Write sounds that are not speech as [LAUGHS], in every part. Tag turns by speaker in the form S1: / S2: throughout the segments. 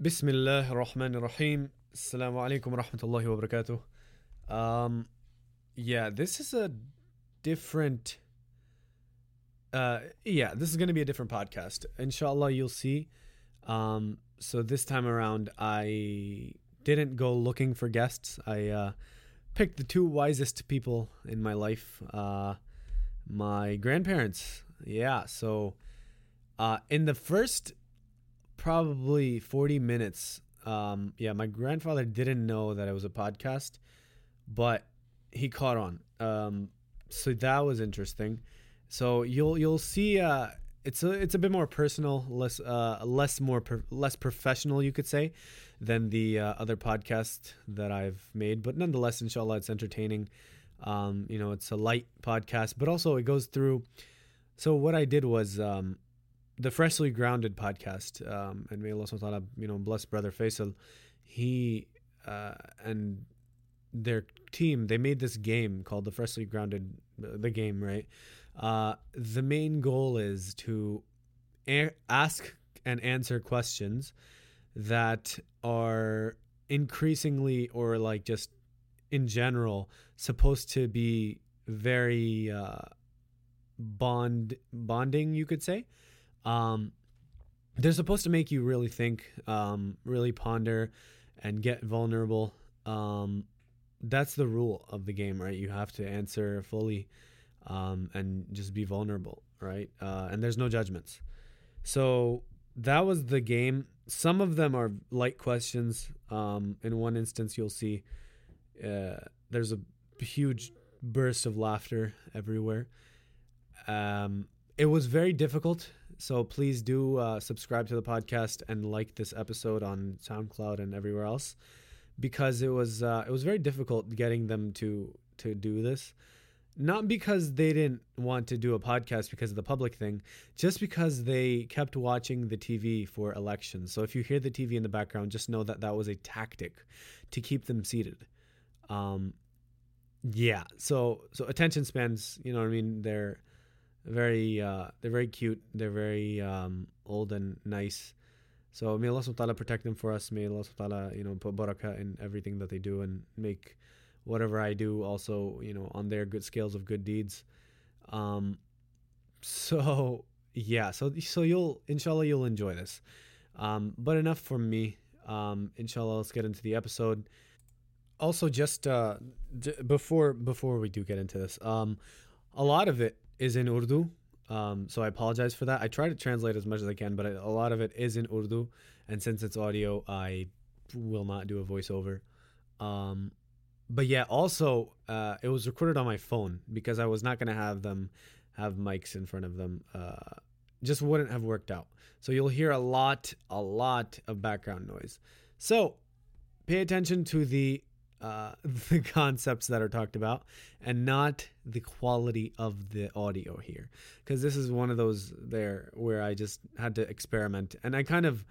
S1: Bismillah ar-Rahman ar-Rahim. Assalamu alaikum wa rahmatullahi wa barakatuh. Um, yeah, this is a different. Uh, yeah, this is going to be a different podcast. Inshallah, you'll see. Um, so this time around, I didn't go looking for guests. I uh, picked the two wisest people in my life uh, my grandparents. Yeah, so uh, in the first probably 40 minutes. Um, yeah, my grandfather didn't know that it was a podcast, but he caught on. Um, so that was interesting. So you'll you'll see. Uh, it's a it's a bit more personal, less uh, less more pro- less professional, you could say, than the uh, other podcast that I've made. But nonetheless, inshallah, it's entertaining. Um, you know, it's a light podcast, but also it goes through. So what I did was um, the freshly grounded podcast um, and may allah subhanahu wa ta'ala you know bless brother faisal he uh, and their team they made this game called the freshly grounded the game right uh, the main goal is to a- ask and answer questions that are increasingly or like just in general supposed to be very uh, bond bonding you could say um, they're supposed to make you really think, um, really ponder, and get vulnerable. Um, that's the rule of the game, right? You have to answer fully um, and just be vulnerable, right? Uh, and there's no judgments. So that was the game. Some of them are light questions. Um, in one instance, you'll see uh, there's a huge burst of laughter everywhere. Um, it was very difficult. So please do uh, subscribe to the podcast and like this episode on SoundCloud and everywhere else, because it was uh, it was very difficult getting them to to do this. Not because they didn't want to do a podcast because of the public thing, just because they kept watching the TV for elections. So if you hear the TV in the background, just know that that was a tactic to keep them seated. Um, yeah. So so attention spans, you know what I mean? They're very uh, they're very cute. They're very um, old and nice. So may Allah subhanahu wa ta'ala protect them for us. May Allah subhanahu wa ta'ala, you know, put barakah in everything that they do and make whatever I do also, you know, on their good scales of good deeds. Um [LAUGHS] so yeah, so so you'll inshallah you'll enjoy this. Um but enough from me. Um inshallah let's get into the episode. Also just uh d- before before we do get into this. Um a lot of it is in Urdu. Um, so I apologize for that. I try to translate as much as I can, but a lot of it is in Urdu. And since it's audio, I will not do a voiceover. Um, but yeah, also, uh, it was recorded on my phone because I was not going to have them have mics in front of them. Uh, just wouldn't have worked out. So you'll hear a lot, a lot of background noise. So pay attention to the uh, [LAUGHS] the concepts that are talked about and not the quality of the audio here because this is one of those there where i just had to experiment and i kind of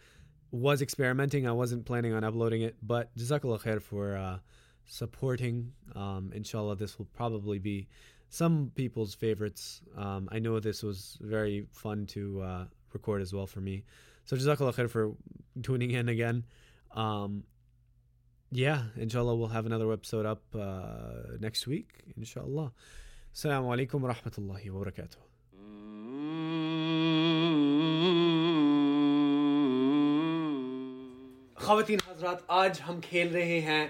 S1: was experimenting i wasn't planning on uploading it but jazakallah khair for uh, supporting um, inshallah this will probably be some people's favorites um, i know this was very fun to uh, record as well for me so jazakallah khair for tuning in again um, yeah, inshallah, we'll have another episode up uh, next week, inshallah. Assalamu alaikum wa rahmatullahi wa barakatuh. खातन हजरात आज हम खेल रहे हैं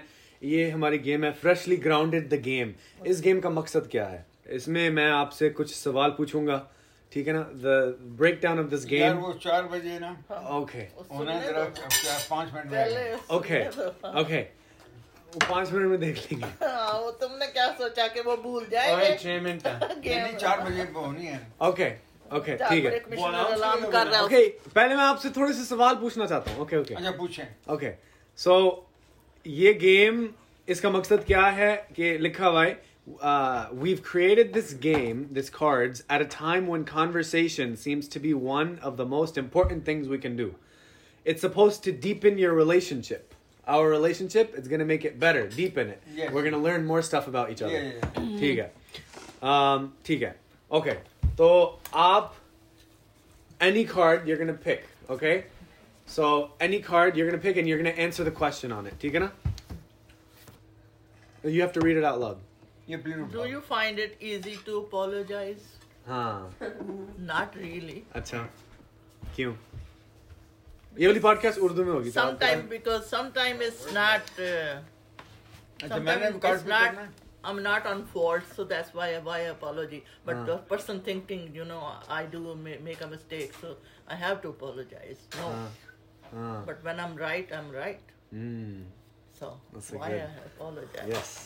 S1: ये हमारी game है फ्रेशली ग्राउंडेड द गेम इस गेम का मकसद क्या है इसमें मैं आपसे कुछ सवाल पूछूंगा ठीक है ना the breakdown of this
S2: यार
S1: गेम
S2: वो चार बजे ना
S3: हाँ,
S1: ओके
S2: होना जरा चार पाँच मिनट में आ गए।
S3: तो। पहले तो उस-
S1: ओके ओके पाँच मिनट में देख लेंगे
S3: हाँ, वो तुमने क्या सोचा कि वो भूल
S1: ओए,
S3: जाएंगे
S1: छह मिनट
S3: [LAUGHS]
S1: है
S2: नहीं, नहीं, चार बजे पे होनी है
S1: ओके ओके ठीक है
S3: कमिश्नर अलार्म कर रहा है
S1: ओके पहले मैं आपसे थोड़े से सवाल पूछना चाहता हूँ ओके ओके
S2: अच्छा पूछें
S1: ओके सो ये गेम इसका मकसद क्या है कि लिखा हुआ है Uh, we've created this game, this cards, at a time when conversation seems to be one of the most important things we can do. It's supposed to deepen your relationship. Our relationship, it's going to make it better, deepen it.
S2: Yes.
S1: We're going to learn more stuff about each other.
S2: Yeah, yeah,
S1: ठीक है um, ठीक है okay तो आप any card you're gonna pick okay So any card you're gonna pick and you're gonna answer the question on it. Do you gonna? You have to read it out loud.
S2: ये please
S3: Do you find it easy to apologize?
S1: हाँ
S3: Not really.
S1: अच्छा क्यों ये वाली podcast Urdu में होगी तो आप-
S3: Sometimes because sometimes it's not. Uh,
S2: अच्छा मैंने
S3: sometimes
S2: card
S3: it's not. I'm not on fault, so that's why why apology. But
S1: हाँ.
S3: the person thinking, you know, I do ma- make a mistake, so I have to apologize. No,
S1: हाँ, हाँ Hmm,
S3: but when I'm right, I'm right. So
S1: That's a
S3: why
S1: good-
S3: I apologize?
S1: Yes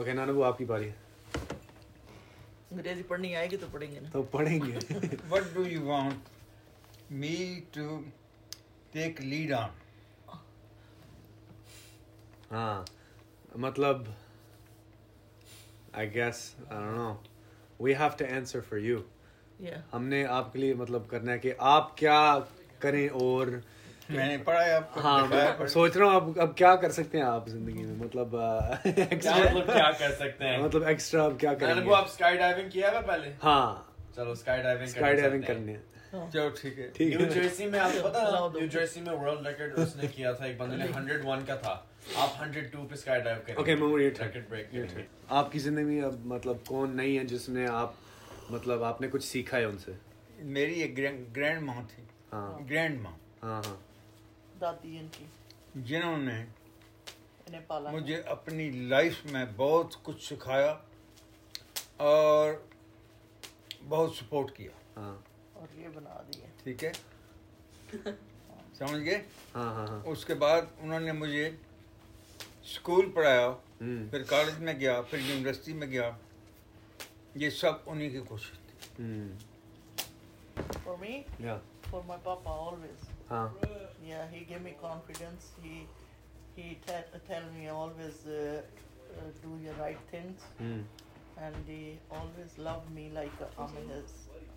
S1: okay नानू वो आपकी बारी है।
S3: अंग्रेजी पढ़नी आएगी तो पढ़ेंगे ना
S1: तो पढ़ेंगे
S2: What do you want me to take lead on?
S1: हाँ मतलब I guess I don't know we have to answer for you
S3: yeah.
S1: हमने आपके लिए मतलब करना है कि आप क्या करें और
S2: मैंने पढ़ा है आपको
S1: हाँ
S2: बताया
S1: मैं सोच रहा हूँ अब अब क्या कर सकते हैं आप जिंदगी में मतलब एक्स्ट्रा
S4: मतलब क्या कर सकते हैं
S1: मतलब एक्स्ट्रा अब क्या
S4: मैंने
S1: करेंगे
S4: वो आप स्काई डाइविंग किया है पहले
S1: हाँ
S4: चलो स्काई डाइविंग
S1: स्काई डाइविंग करनी है
S2: पढ़ा। चलो ठीक है
S1: ठीक
S4: न्यू
S1: है
S4: जर्सी में आपको पता
S3: चलाओ
S4: है
S3: दो।
S4: न्यू जर्सी में वर्ल्ड रिकॉर्ड उसने किया था एक बंदे ने 101 का था आप 102 पे स्काई डाइव करेंगे
S1: Okay, Mamoru, your turn.
S4: Record break
S1: Your
S4: करेंगे
S1: turn. आपकी जिंदगी में अब मतलब कौन नहीं है जिसमें आप मतलब आपने कुछ सीखा है उनसे
S2: मेरी एक ग्रैंड माँ थी
S1: हाँ
S2: ग्रैंड माँ
S1: हाँ हाँ
S3: दादी इनकी
S2: जिन्होंने
S3: इन्हें पाला
S2: मुझे अपनी लाइफ में बहुत कुछ सिखाया और बहुत सपोर्ट किया
S1: हाँ
S3: और ये बना दिए
S2: ठीक है समझ गए
S1: हाँ हाँ हाँ
S2: उसके बाद उन्होंने मुझे स्कूल पढ़ाया
S1: हम्म
S2: फिर कॉलेज में गया फिर यूनिवर्सिटी में गया ये सब उन्हीं की कोशिश थी
S1: हम्म
S3: For me,
S1: या
S3: for my papa always.
S1: हाँ
S3: Yeah, he gave me confidence. He he te- tell me always uh, uh, do your right things,
S1: hmm
S3: and he always loved me like uh, I'm his,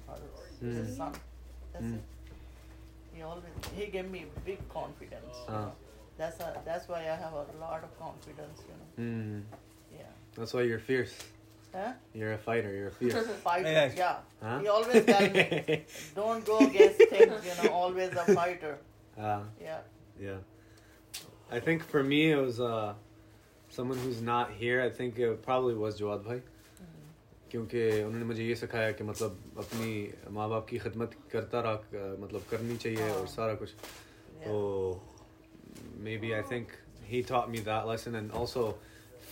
S3: her,
S1: Mm.
S3: his son. That's
S1: Mm.
S3: it. He always he gave me big confidence. you
S1: Ah.
S3: know. That's a, that's why I have a lot of confidence. You know.
S1: Mm,
S3: Yeah.
S1: that's why you're fierce.
S3: Huh?
S1: You're a fighter. You're
S3: [LAUGHS]
S1: fierce.
S3: Fight.
S2: Yes.
S3: Yeah.
S1: Huh?
S3: He always tell me,
S1: [LAUGHS]
S3: don't go against things. You know, always a fighter.
S1: uh,
S3: Yeah.
S1: yeah. I think for me it was uh, someone who's not here. I think it probably was Jawad bhai. क्योंकि उन्होंने मुझे ये सिखाया कि मतलब अपनी माँ बाप की खदमत करता रहा अ, मतलब करनी चाहिए और सारा कुछ
S3: Yeah.
S1: So maybe I think he taught me that lesson, and also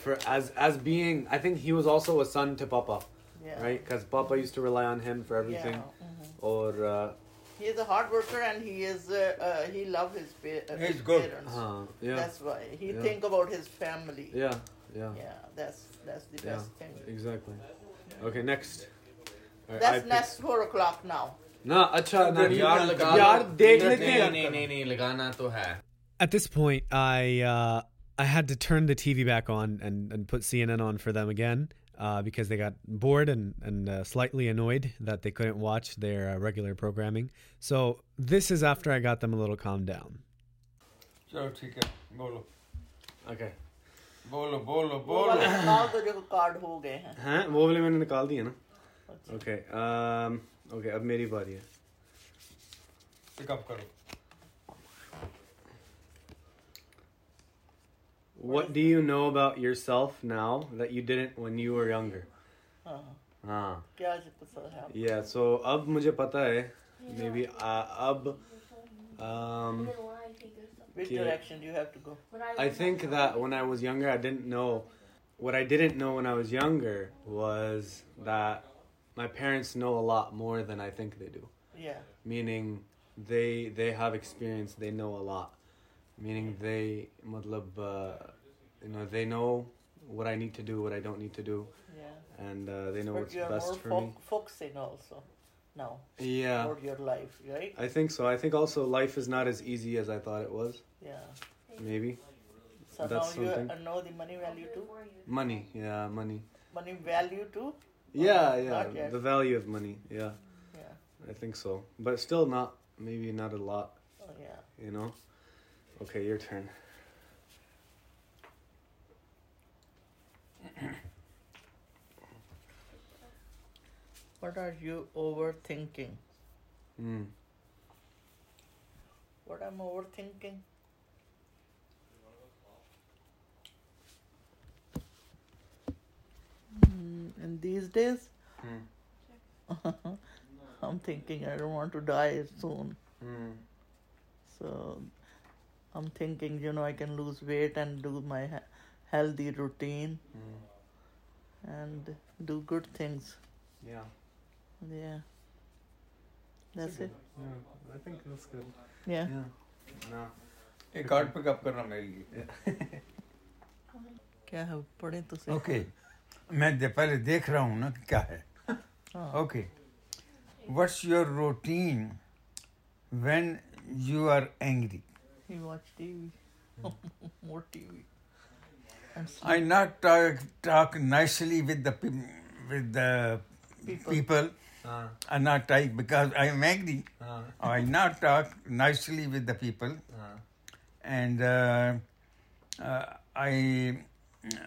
S1: for as as being, I think he was also a son to Papa,
S3: Yeah.
S1: right? Because Papa used to rely on him for everything,
S3: Yeah.
S1: or uh,
S3: He is a hard worker and he is uh, uh, he love his, pa- uh,
S2: He's
S3: his
S2: good.
S3: parents.
S1: huh, Uh-huh. uh, yeah,
S3: That's why he
S1: Yeah.
S3: think about his family.
S1: yeah, yeah, yeah,
S3: Yeah, that's that's the best thing.
S1: exactly. Okay, next. All right, I
S3: That's
S1: pick-
S3: next four o'clock now.
S1: No, acha, no,
S4: यार
S1: yaar,
S4: लगा
S1: yaar,
S4: लो।
S1: dekh
S4: नहीं,
S1: lete
S4: नहीं
S1: hain.
S4: नहीं नहीं नहीं लगाना तो है
S1: At this point, I uh, I had to turn the TV back on and, and put CNN on for them again uh, because they got bored and and uh, slightly annoyed that they couldn't watch their uh, regular programming. So this is after I got them a little calmed down.
S2: चलो ठीक है बोलो
S1: Okay.
S2: बोलो बोलो
S3: वो
S2: बोलो
S3: वाले निकाल दो जो कार्ड हो गए हैं
S1: हाँ वो वाले मैंने निकाल दिए ना ओके ओके अब मेरी बारी है
S2: पिकअप करो
S1: What do you know about yourself now that you didn't when you were younger?
S3: हाँ,
S1: हाँ
S3: क्या जी पता है आपको?
S1: या सो अब मुझे पता है मे बी अब um,
S3: Which
S1: Yeah.
S3: direction do you have to go?
S1: I think that when I was younger, I didn't know. What I didn't know when I was younger was that my parents know a lot more than I think they do.
S3: Yeah,
S1: Meaning, they they have experience. They know a lot. Meaning they matlab, uh, you know, they know what I need to do, what I don't need to do,
S3: yeah.
S1: and uh, they know
S3: but
S1: what's
S3: you are
S1: best
S3: more
S1: for
S3: fo-
S1: me.
S3: focusing also now
S1: Yeah,
S3: for your life, right?
S1: I think so. I think also life is not as easy as I thought it was.
S3: Yeah.
S1: Maybe
S3: So
S1: That's
S3: now you
S1: something.
S3: uh, know the money value too.
S1: money. Yeah, money.
S3: Money value too.
S1: Yeah,
S3: not
S1: yeah.
S3: yet.
S1: The value of money. Yeah.
S3: Yeah.
S1: I think so, but still not maybe not a lot,
S3: Oh, yeah.
S1: you know. Okay, your turn. Hmm.
S3: What are you overthinking?
S1: Mm.
S3: What I'm overthinking. Mm, and these days, [LAUGHS]
S2: Hmm.
S3: I'm thinking I don't want to die soon.
S2: Hmm.
S3: So I'm thinking, you know, I can lose weight and do my he- healthy routine
S2: Hmm.
S3: and do good things.
S2: Yeah.
S3: Yeah. That's it.
S5: Yeah, I think that's good.
S3: Yeah.
S2: Yeah. No. ये card pick up करना मेरे लिए
S3: क्या है पढ़े तो सही
S2: okay मैं दे, पहले देख रहा हूँ ना कि क्या है
S1: Oh.
S3: हाँ
S2: okay what's your routine when you are angry
S3: he watched TV [LAUGHS] more TV and sleep.
S2: I not talk, talk nicely with the peop- with the people.
S3: People.
S4: हाँ,
S2: I not talk because I am angry.
S4: हाँ,
S2: I not talk nicely with the people,
S4: हाँ,
S5: Uh-huh.
S2: and uh, uh, I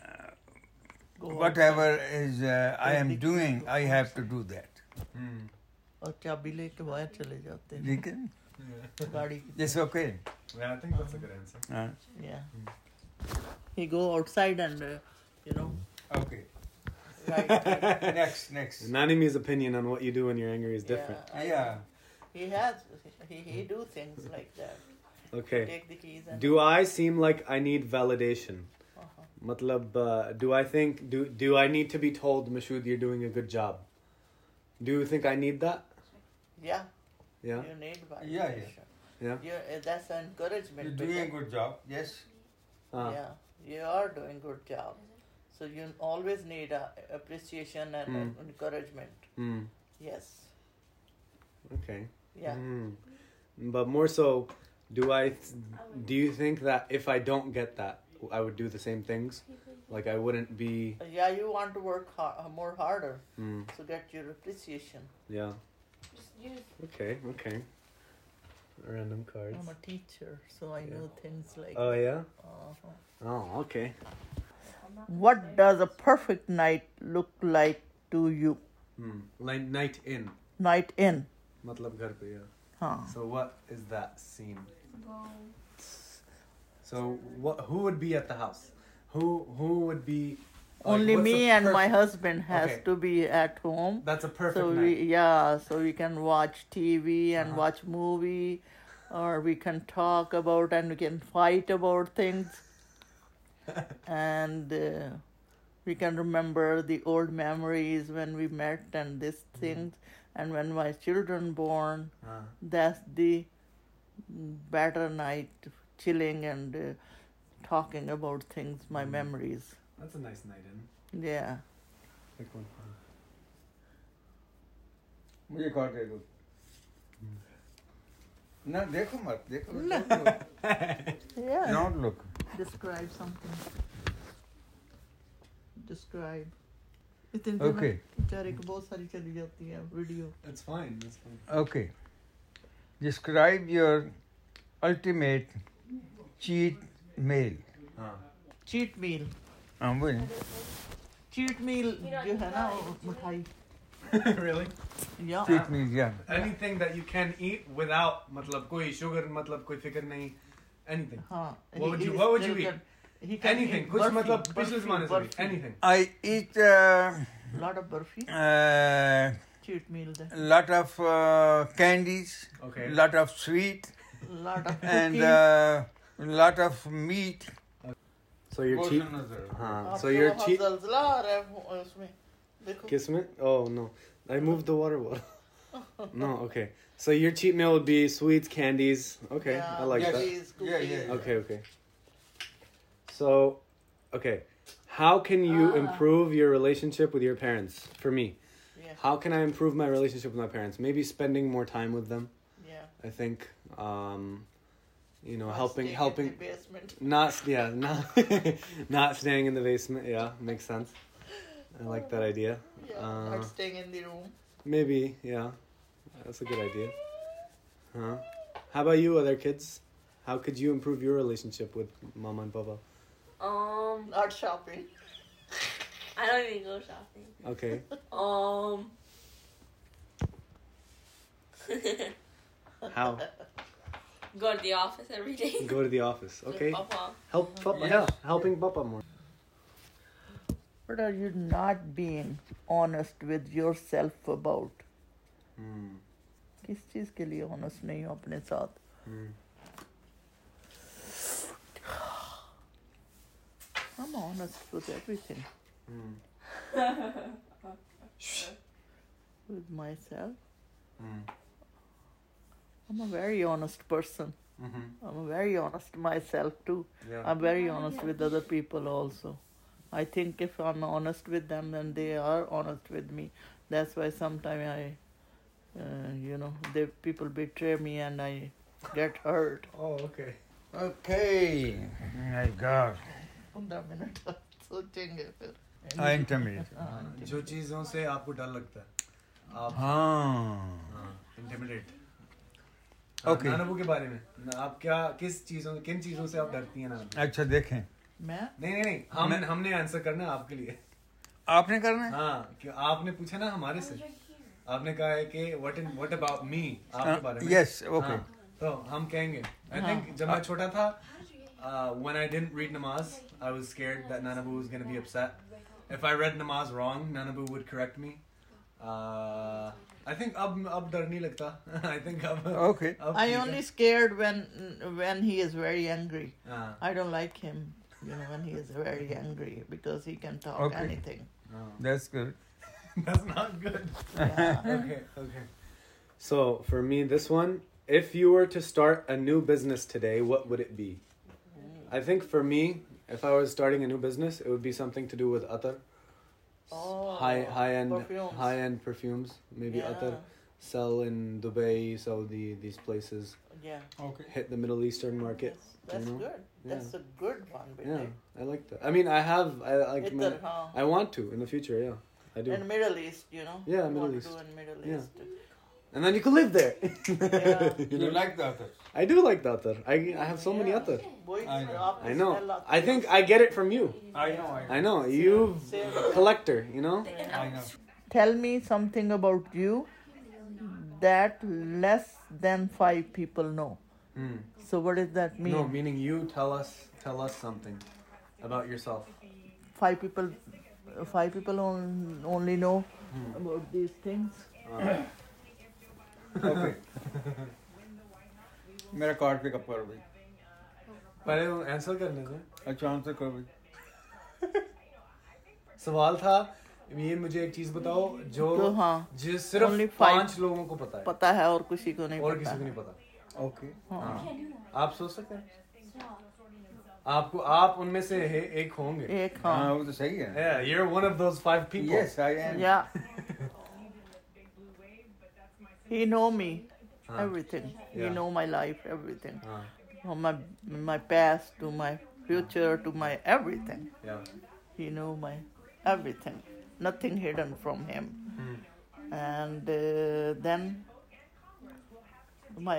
S3: go
S2: whatever is uh, I am
S3: Take the-
S2: doing, I have to do that.
S5: Hmm.
S4: Hmm,
S3: outside और चाबी लेके बाहर चले जाते हैं [LAUGHS]
S2: Okay?
S3: गाड़ी
S2: It's okay.
S5: Yeah, I think that's a good
S3: [LAUGHS]
S5: answer.
S2: Uh,
S3: yeah
S1: Mm.
S3: he go outside and uh, you know
S2: okay.
S1: [LAUGHS]
S3: right
S2: next, nenext
S1: Nanimi's opinion on what you do when you're angry is different.
S3: I-
S2: Yeah.
S3: he has he, he do things like that
S1: Okay.
S3: take the keys and
S1: Do I seem like I need validation?
S3: uh-huh.
S1: Matlab, uh, do I think do do I need to be told, Mashood, you're doing a good job? Do you think I need that?
S3: yeah
S1: Yeah.
S3: you need validation
S2: Yeah, yeah.
S1: Yeah.
S3: You- uh, that's an encouragement
S2: You're doing a
S3: because-
S2: good job. Yes.
S1: Uh,
S3: yeah you are doing good job so you always need uh, appreciation and
S1: Mm.
S3: uh, encouragement
S1: mm,
S3: yes
S1: okay.
S3: yeah
S1: Mm. But more so, do I do you think that if I don't get that, I would do the same things? Like I wouldn't be.
S3: Yeah, you want to work har- more harder
S1: Mm,
S3: to get your appreciation.
S1: yeah.
S6: Just use
S1: Okay. Okay. Random cards.
S3: I'm a teacher, so I
S1: Yeah.
S3: know things like.
S1: Oh yeah.
S3: Uh-huh.
S1: Oh okay.
S3: What does a perfect night look like to you?
S1: Mm. Like night in.
S3: Night in,
S1: Matlab ghar pe, yeah.
S3: huh?
S1: So what is that scene?
S6: go.
S1: So what? Who would be at the house? Who who would be? like,
S3: Only
S1: what's
S3: me
S1: a
S3: and my
S1: perfect-
S3: husband has
S1: Okay.
S3: to be at home.
S1: That's a perfect
S3: so
S1: night.
S3: we yeah, so we can watch TV and
S1: Uh-huh.
S3: watch movie, or we can talk about and we can fight about things,
S1: [LAUGHS]
S3: and uh, we can remember the old memories when we met and these
S1: Mm-hmm.
S3: things, and when my children born.
S1: Uh,
S3: That's the better night, chilling and uh, talking about things, my
S1: Mm.
S3: memories.
S1: that's a nice night in.
S3: Yeah.
S1: Pick one.
S2: मुझे कार्ड दे दो ना देखो मत देखो
S3: Yeah.
S2: Not look
S3: Describe something. Describe. इतने
S2: okay
S3: बेचारे को बहुत सारी चली जाती है video
S1: That's fine. That's fine. [LAUGHS]
S2: Okay describe your ultimate cheat meal
S1: Uh,
S3: cheat meal
S2: हम वो
S3: चीट मील जो है ना वो मिठाई
S1: really?
S3: या
S2: चीट मेल या
S1: Anything that you can eat without matlab koi sugar matlab koi fikr nahi anything.
S3: हाँ
S1: What would you- what would you eat? Anything. Kuch matlab pichhle zamane se bhi, anything.
S2: I eat uh,
S3: lot of barfi cheat meal दे
S2: lot of uh, candies
S1: Okay.
S2: lot of
S1: [LAUGHS]
S2: sweet
S3: lot of
S2: and uh, lot of meat
S1: So you're cheat. Uh, so you're cheat.
S3: जलजला आ रहा है वो- उसमें देखो
S1: Kiss me? Oh no, I moved the water bottle. [LAUGHS] no, okay. So your cheat meal would be sweets, candies. Okay, I like
S2: Yes.
S1: that.
S2: Yeah,
S3: cookies,
S2: yeah,
S3: cookies.
S1: Okay,
S2: yeah.
S1: okay. So, okay, how can you
S6: Ah.
S1: improve your relationship with your parents? For me,
S3: Yeah,
S1: how can I improve my relationship with my parents? Maybe spending more time with them.
S3: yeah.
S1: I think, um, you know,
S3: Or
S1: helping,
S3: staying in
S1: helping,
S3: the basement.
S1: not yeah, [LAUGHS] not not staying in the basement. Yeah, makes sense. I like that idea.
S3: Yeah,
S1: Uh,
S3: or staying in the room.
S1: Maybe, yeah. That's a good idea. Huh? How about you, other kids? How could you improve your relationship with mama and papa?
S6: Um,
S3: Not shopping. [LAUGHS]
S6: I don't even go shopping.
S1: Okay.
S6: Um.
S1: How?
S7: [LAUGHS] go to the office every day.
S1: Go to the office.
S7: With
S1: Okay.
S7: Papa.
S1: Help Papa.
S8: Yeah.
S1: Yeah, helping Papa more.
S3: What are you not being honest with yourself about?
S1: Hmm.
S3: किस चीज के लिए honest नहीं हो अपने साथ? I'm honest with everything. [LAUGHS] with myself. I'm a very honest person. I'm a very honest myself too.
S1: Yeah.
S3: I'm very honest with other people also. I think if I'm honest with them, then they are honest with me. That's why sometimes I, uh, you know, they people betray me and I get hurt.
S1: Oh, okay.
S2: Okay. My God.
S3: पंद्रह minute सोचेंगे फिर
S2: I intimidate.
S1: जो चीजों से आपको डर लगता है आप
S2: हाँ.
S1: Intimidate
S2: Okay.
S1: नानाबू के बारे में ना- आप क्या किस चीजों किन चीजों से आप डरती हैं नानाबू
S2: अच्छा देखें
S3: मैं
S1: नहीं नहीं नहीं हम
S2: मैं-
S1: हमने आंसर करना है आपके लिए
S2: आपने करना है
S1: हाँ कि आपने पूछा ना हमारे से आपने कहा है कि what in what about me आपके बारे में
S2: Yes, okay.
S1: हाँ, तो हम कहेंगे आई
S3: हाँ।
S1: थिंक जब मैं छोटा था uh, when I didn't read नमाज I was scared that नानाबू was gonna be upset if I read नमाज wrong नानाबू would correct me I think Uh, अब अब डर नहीं लगता [LAUGHS] आई थिंक अब
S2: Okay.
S1: अब
S3: I
S1: ठीक है।
S3: only scared when when he is very angry.
S1: हाँ, [LAUGHS]
S3: I don't like him, you know, when he is very angry because he can talk
S2: Okay.
S9: [LAUGHS]
S3: anything.
S1: हाँ.
S2: That's good.
S1: That's not good.
S3: Yeah.
S1: Okay, okay.
S9: So for me, this one, if you were to start a new business today, what would it be?
S3: Mm.
S9: I think for me, if I was starting a new business, it would be something to do with atar,
S3: Oh,
S9: high high end
S3: perfumes.
S9: high end perfumes, maybe
S3: yeah.
S9: atar sell in Dubai, Saudi, these places,
S3: Yeah.
S1: Okay.
S9: hit the Middle Eastern market.
S3: Yes, that's
S9: know?
S3: good. That's a good one,
S9: Yeah,
S3: Vijay.
S9: I like that. I mean, I have I like
S3: It's
S9: my,
S3: a- huh.
S9: I want to in the future. Yeah, I do.
S3: In uh, Middle East, you know.
S9: Yeah,
S3: You
S9: Middle
S3: want to
S9: East.
S3: do in Middle
S9: Yeah.
S3: East.
S9: And then you can live there. [LAUGHS]
S3: Yeah.
S9: You know?
S2: You like the other?
S9: I do like the atar. I I have so many
S3: Yeah.
S9: atar.
S3: Boys,
S1: I know.
S3: up
S9: I
S3: is
S9: know.
S3: hell up
S9: I
S3: there.
S9: think I get it from you.
S1: I know.
S9: I
S1: I
S9: know you
S3: Same.
S9: collector. You know.
S1: I know.
S3: Tell me something about you that less than five people know. So what does that mean?
S1: Hmm. No, meaning you tell us tell us something about yourself.
S3: Five people, five people on, only know
S1: Hmm.
S3: about these things.
S2: Okay. [LAUGHS] मेरा card pick up करो भाई
S1: पहले वो answer करने दो
S2: अच्छा answer करो भाई
S1: सवाल था ये मुझे एक चीज बताओ जो
S3: तो हाँ,
S1: जिस सिर्फ
S3: only five-
S1: पांच लोगों को पता है
S3: पता है और किसी को नहीं
S1: और
S3: पता
S1: किसी को
S3: है।
S1: नहीं पता
S2: ओके
S1: हाँ, आप सोच सकते हैं आपको आप उनमें से हे- एक होंगे
S3: एक
S2: हाँ
S3: हाँ,
S2: वो तो सही है
S1: Yeah, you're one of those five people.
S2: Yes I am
S1: [LAUGHS]
S3: yeah. he know me, everything. He
S1: Yeah.
S3: know my life, everything.
S1: हाँ,
S3: from my my past to my future to my everything.
S1: yeah.
S3: He know my everything, nothing hidden from him.
S1: Hmm.
S3: And uh, then my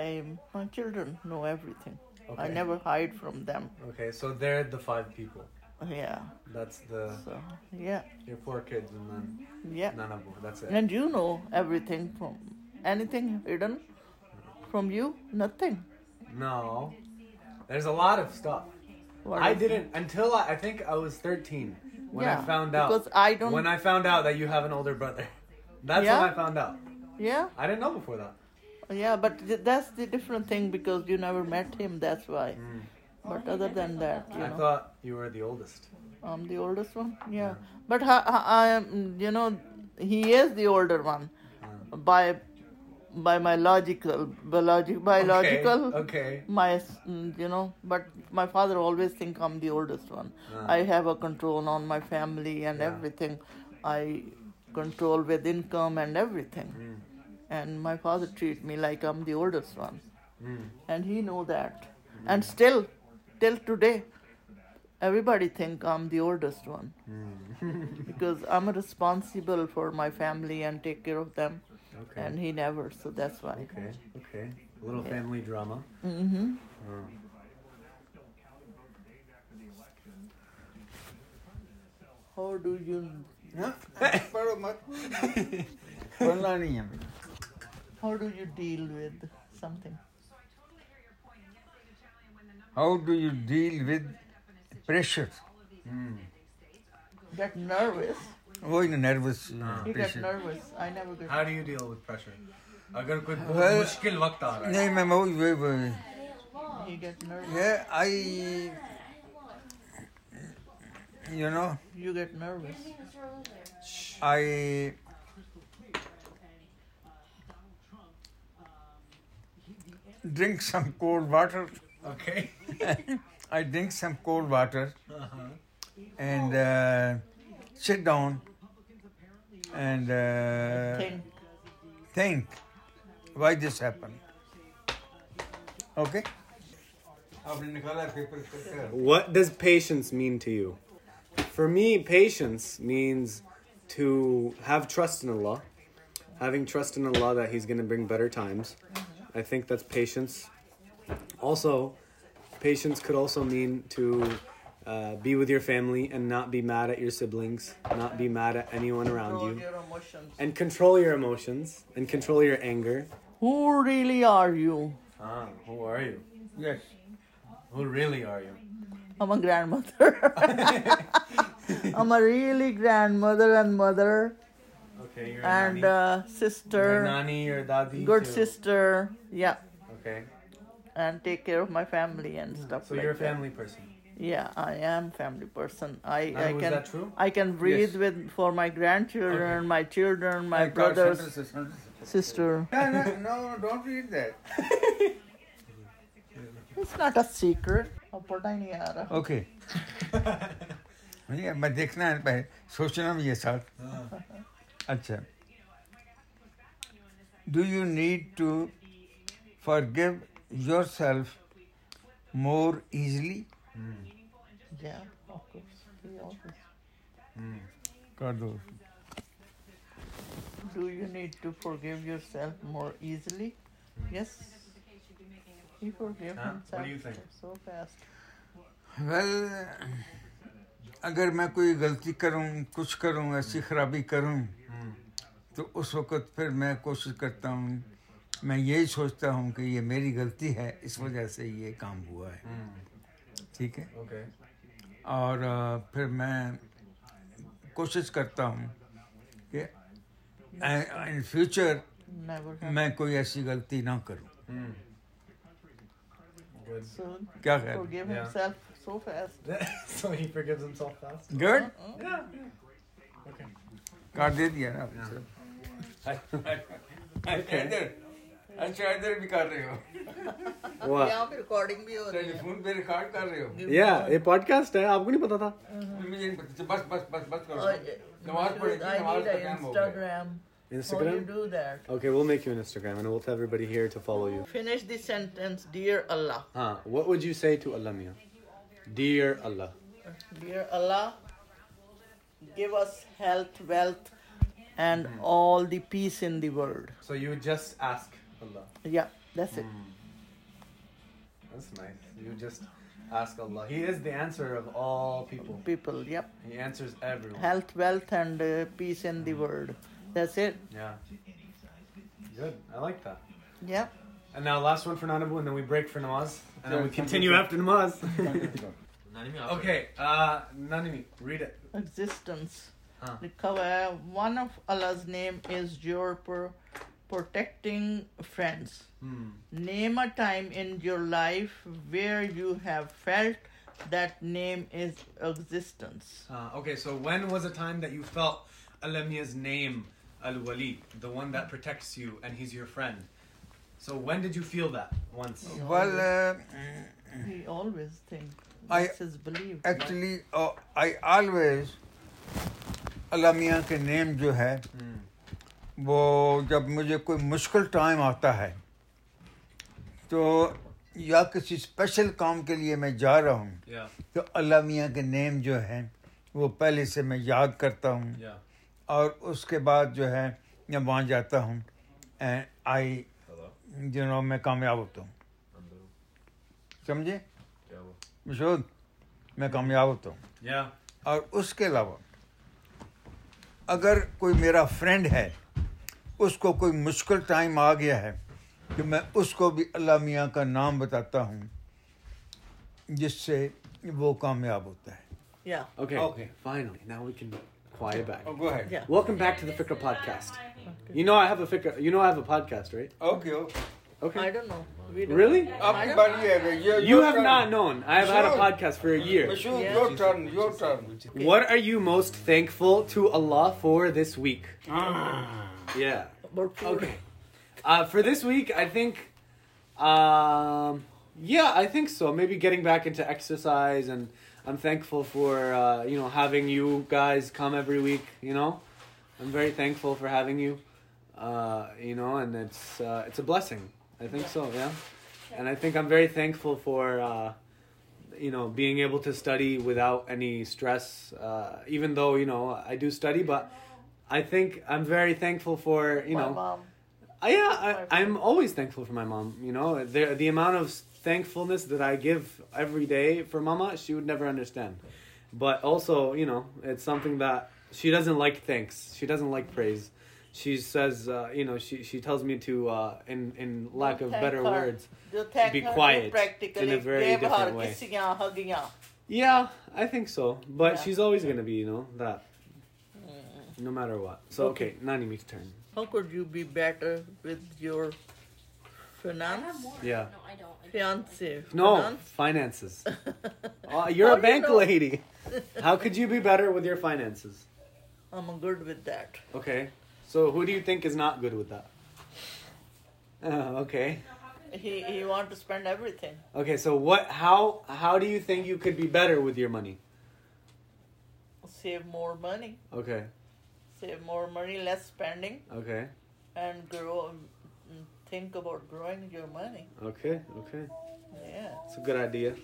S3: my children know everything. I
S1: Okay.
S3: never hide from them.
S1: Okay, so they're the five people.
S3: Yeah.
S1: That's the
S3: So yeah,
S1: your four kids and then
S3: yeah.
S1: Nanabu. That's it.
S3: And you know everything from anything hidden from you, nothing.
S1: No, there's a lot of stuff.
S3: What
S1: I
S3: is-
S1: didn't until I, I think I was 13 when
S3: Yeah,
S1: I found out.
S3: because I don't-
S1: When I found out that you have an older brother, [LAUGHS] that's
S3: Yeah?
S1: when I found out.
S3: Yeah.
S1: I didn't know before that.
S3: Yeah, but th- that's the different thing because you never met him, that's why.
S1: Hmm.
S3: But other than that, you
S1: I
S3: know,
S1: thought you were the oldest.
S3: I'm Um, the oldest one. Yeah, but ha- ha- I am, you know, he is the older one by by my logical, biologic, biological.
S1: Okay.
S3: My, s- mm, you know, but my father always think I'm the oldest one.
S1: Ah.
S3: I have a control on my family and everything. I control with income and everything.
S1: Hmm.
S3: And my father treat me like I'm the oldest one.
S1: Hmm.
S3: And he know that. And still, till today, everybody think I'm the oldest one.
S1: Hmm. [LAUGHS]
S3: because I'm responsible for my family and take care of them.
S1: Okay.
S3: And he never, so that's why.
S1: Okay. Okay. A little family drama.
S3: Mm-hmm. How do you
S2: पढ़ो
S1: [LAUGHS]
S2: मत पढ़ना नहीं है
S3: How do you deal with something?
S2: How do you deal with pressure?
S3: Get nervous.
S2: Oh, you nervous uh,
S3: You get
S2: pressure.
S3: nervous. I never get.
S4: How do you deal with pressure? अगर कोई बहुत
S2: Well-
S4: मुश्किल वक्त आ रहा है
S2: नहीं मैं वो वो- वो-
S3: He get nervous.
S2: Yeah, I. You know,
S3: You get nervous.
S2: I. Drink some cold water.
S4: Okay.
S2: [LAUGHS] I drink some cold water Uh-huh. and uh, sit down and uh,
S3: Think.
S2: think why this happened. Okay? आपने निकाला paper करके
S1: What does patience mean to you? For me, patience means to have trust in Allah, having trust in Allah that He's going to bring better times. I think that's patience. Also, patience could also mean to uh, be with your family and not be mad at your siblings, not be mad at anyone
S3: Control
S1: around you,
S3: your emotions.
S1: and control your emotions and control your anger.
S3: Who really are you?
S4: हाँ, who are you?
S2: Yes.
S4: Who really are you?
S3: I'm a grandmother.
S4: [LAUGHS]
S3: I'm a really grandmother and mother
S4: Okay, you're a
S3: and
S4: nanny.
S3: uh,
S4: You're a
S3: sister,
S4: nanny or daddy.
S3: good
S4: to-
S3: sister. Yeah,
S4: Okay.
S3: and take care of my family and stuff.
S4: So
S3: like
S4: you're a
S3: that.
S4: family person.
S3: Yeah, I am family person. I
S4: Now,
S3: I
S4: is
S3: can
S4: that true?
S3: I can breathe
S2: Yes.
S3: with for my grandchildren, my children, my
S2: I got
S3: brothers,
S2: sentences, sentences.
S3: sister.
S2: No, no, no, don't read that.
S3: It's not a secret. अब पता ही नहीं आ रहा।
S2: Okay नहीं मैं देखना है मैं सोचना भी है साथ अच्छा do you need to forgive yourself more easily
S3: Yeah, of course. We always-
S2: कर दो
S3: Do you need to forgive yourself more easily? Yes. He forgave
S4: Hmm.
S3: himself
S4: Huh? What do you think?
S3: so fast.
S2: Well अगर मैं कोई गलती करूं कुछ करूं ऐसी खराबी करूं तो उस वक़्त फिर मैं कोशिश करता हूं मैं यही सोचता हूं कि ये मेरी गलती है इस वजह से ये काम हुआ है ठीक है
S4: Okay.
S2: और अ, फिर मैं कोशिश करता हूँ कि इन फ्यूचर
S3: Never have.
S2: मैं कोई ऐसी गलती ना करूँ
S4: Good.
S3: So
S2: क्या ख्याल
S3: forgive
S4: Yeah.
S3: himself so fast.
S4: so he forgives himself fast.
S2: Good
S4: Yeah. Okay.
S2: Card दे दिया ना अच्छा इधर भी कर रहे हो
S1: What?
S3: पे रिकॉर्डिंग भी हो
S2: टेलीफोन पे रिकॉर्ड कर रहे हो
S1: Yeah, a podcast eh? है आपको नहीं पता था
S2: मुझे नहीं पता बस बस बस बस करो नमाज
S3: I need
S2: पढ़ेगी नमाज का
S3: an
S2: टाइम हो गया
S3: Instagram. How do you
S1: Instagram.
S3: do that?
S1: Okay, we'll make you an Instagram and we'll tell everybody here to follow you.
S3: Finish the sentence, dear Allah.
S1: Huh. What would you say to Allah Mia? Dear Allah.
S3: Dear Allah, give us health, wealth, and
S1: Mm-hmm.
S3: all the peace in the world.
S4: So you just ask Allah.
S3: Yeah, that's it.
S4: That's nice. You just ask Allah. He is the answer of all
S1: Mm-hmm.
S4: people.
S3: People, yep.
S4: He answers everyone.
S3: Health, wealth, and uh, peace in
S1: Mm-hmm.
S3: the world. That's it.
S4: Yeah. Good. I like that.
S3: Yep.
S4: And now last one for Nanabu, and then we break for namaz, and
S1: [LAUGHS]
S4: then we
S1: Continue after [LAUGHS] Namaz.
S4: Okay. Uh, Nanimi, read it.
S3: Existence.
S1: Ah.
S4: Huh.
S3: The cover- One of Allah's name is your pro- protecting friends.
S1: Hmm.
S3: Name a time in your life where you have felt that name is existence.
S4: Uh, okay. So when was a time that you felt Alamiya's name, Al Wali, the one that protects you, and he's your friend? So when did you feel that once?
S2: Well
S1: Hmm.
S3: We always think
S2: I-
S3: this is belief.
S2: Actually I always अलामिया के name जो है वो जब मुझे कोई मुश्किल time आता है तो या किसी स्पेशल काम के लिए मैं जा रहा हूँ
S4: Yeah.
S2: तो अलामिया के नेम जो है वो पहले से मैं याद करता हूँ
S4: Yeah.
S2: और उसके बाद जो है मैं वहाँ जाता हूँ एंड आई यू नो मैं कामयाब होता हूँ समझे मशहूद मैं कामयाब होता हूँ
S4: Yeah.
S2: और उसके अलावा अगर कोई मेरा फ्रेंड है उसको कोई मुश्किल टाइम तो आ गया है कि मैं उसको भी अल्लाह मियाँ का नाम बताता हूँ जिससे वो कामयाब होता है
S3: Yeah.
S1: Okay.
S4: Oh.
S2: Okay.
S1: Finally, now we can quiet back.
S2: Oh, go ahead.
S3: Yeah.
S1: Welcome back to the Fikra podcast. You know I have a Fikra. You know I have a podcast, right?
S2: Okay, okay.
S3: I
S1: Okay.
S3: don't know. We don't
S1: Really?
S2: Up,
S3: don't
S2: but yeah, your,
S1: You
S2: your
S1: have
S2: turn.
S1: not known. I have had a
S2: Sure.
S1: podcast for a year.
S2: Mashood,
S3: Yeah.
S2: your turn, your turn.
S1: What are you most thankful to Allah for this week?
S2: Ah,
S1: Yeah.
S3: About food.
S1: Okay. Uh, for this week, I think, um, yeah, I think so. Maybe getting back into exercise, and I'm thankful for uh, you know having you guys come every week. You know, I'm very thankful for having you. Uh, you know, and it's uh, it's a blessing. I think so. Yeah, and I think I'm very thankful for. Uh, you know, being able to study without any stress, uh, even though, you know, I do study, but I think I'm very thankful for, you
S3: My
S1: know,
S3: mom.
S1: I, yeah, I, I'm always thankful for my mom. You know, the the amount of thankfulness that I give every day for Mama, she would never understand. But also, you know, it's something that she doesn't like. Thanks, she doesn't like praise. She says, uh, you know, she she tells me to, uh, in in lack of
S3: Thank
S1: better
S3: her.
S1: words,
S3: ਜੋ thank
S1: be
S3: her to
S1: quiet
S3: practically
S1: in a very
S3: gave her
S1: different way.
S3: kissingਆਂ, huggyਆਂ.
S1: yeah, I think so. But
S3: Yeah. Mm.
S1: she's always gonna be, you know, that. No matter what. So okay, Nani me's turn.
S3: How could you be better with your
S7: I have
S3: finance
S7: more.
S1: Yeah.
S7: No, I don't. I
S3: fiance?
S1: No
S3: Finance?
S1: finances. [LAUGHS] Oh, you're
S3: How
S1: a
S3: do you
S1: bank
S3: know?
S1: lady. How could you be better with your finances?
S3: [LAUGHS] I'm good with that.
S1: Okay. So who do you think is not good with that? Uh, okay.
S3: He he want to spend everything.
S1: Okay. So what? How? How do you think you could be better with your money?
S3: Save more money.
S1: Okay.
S3: Save more money, less spending,
S1: Okay.
S3: and grow. mm, Think about growing your money.
S1: Okay. Okay.
S3: Yeah.
S1: It's a good idea.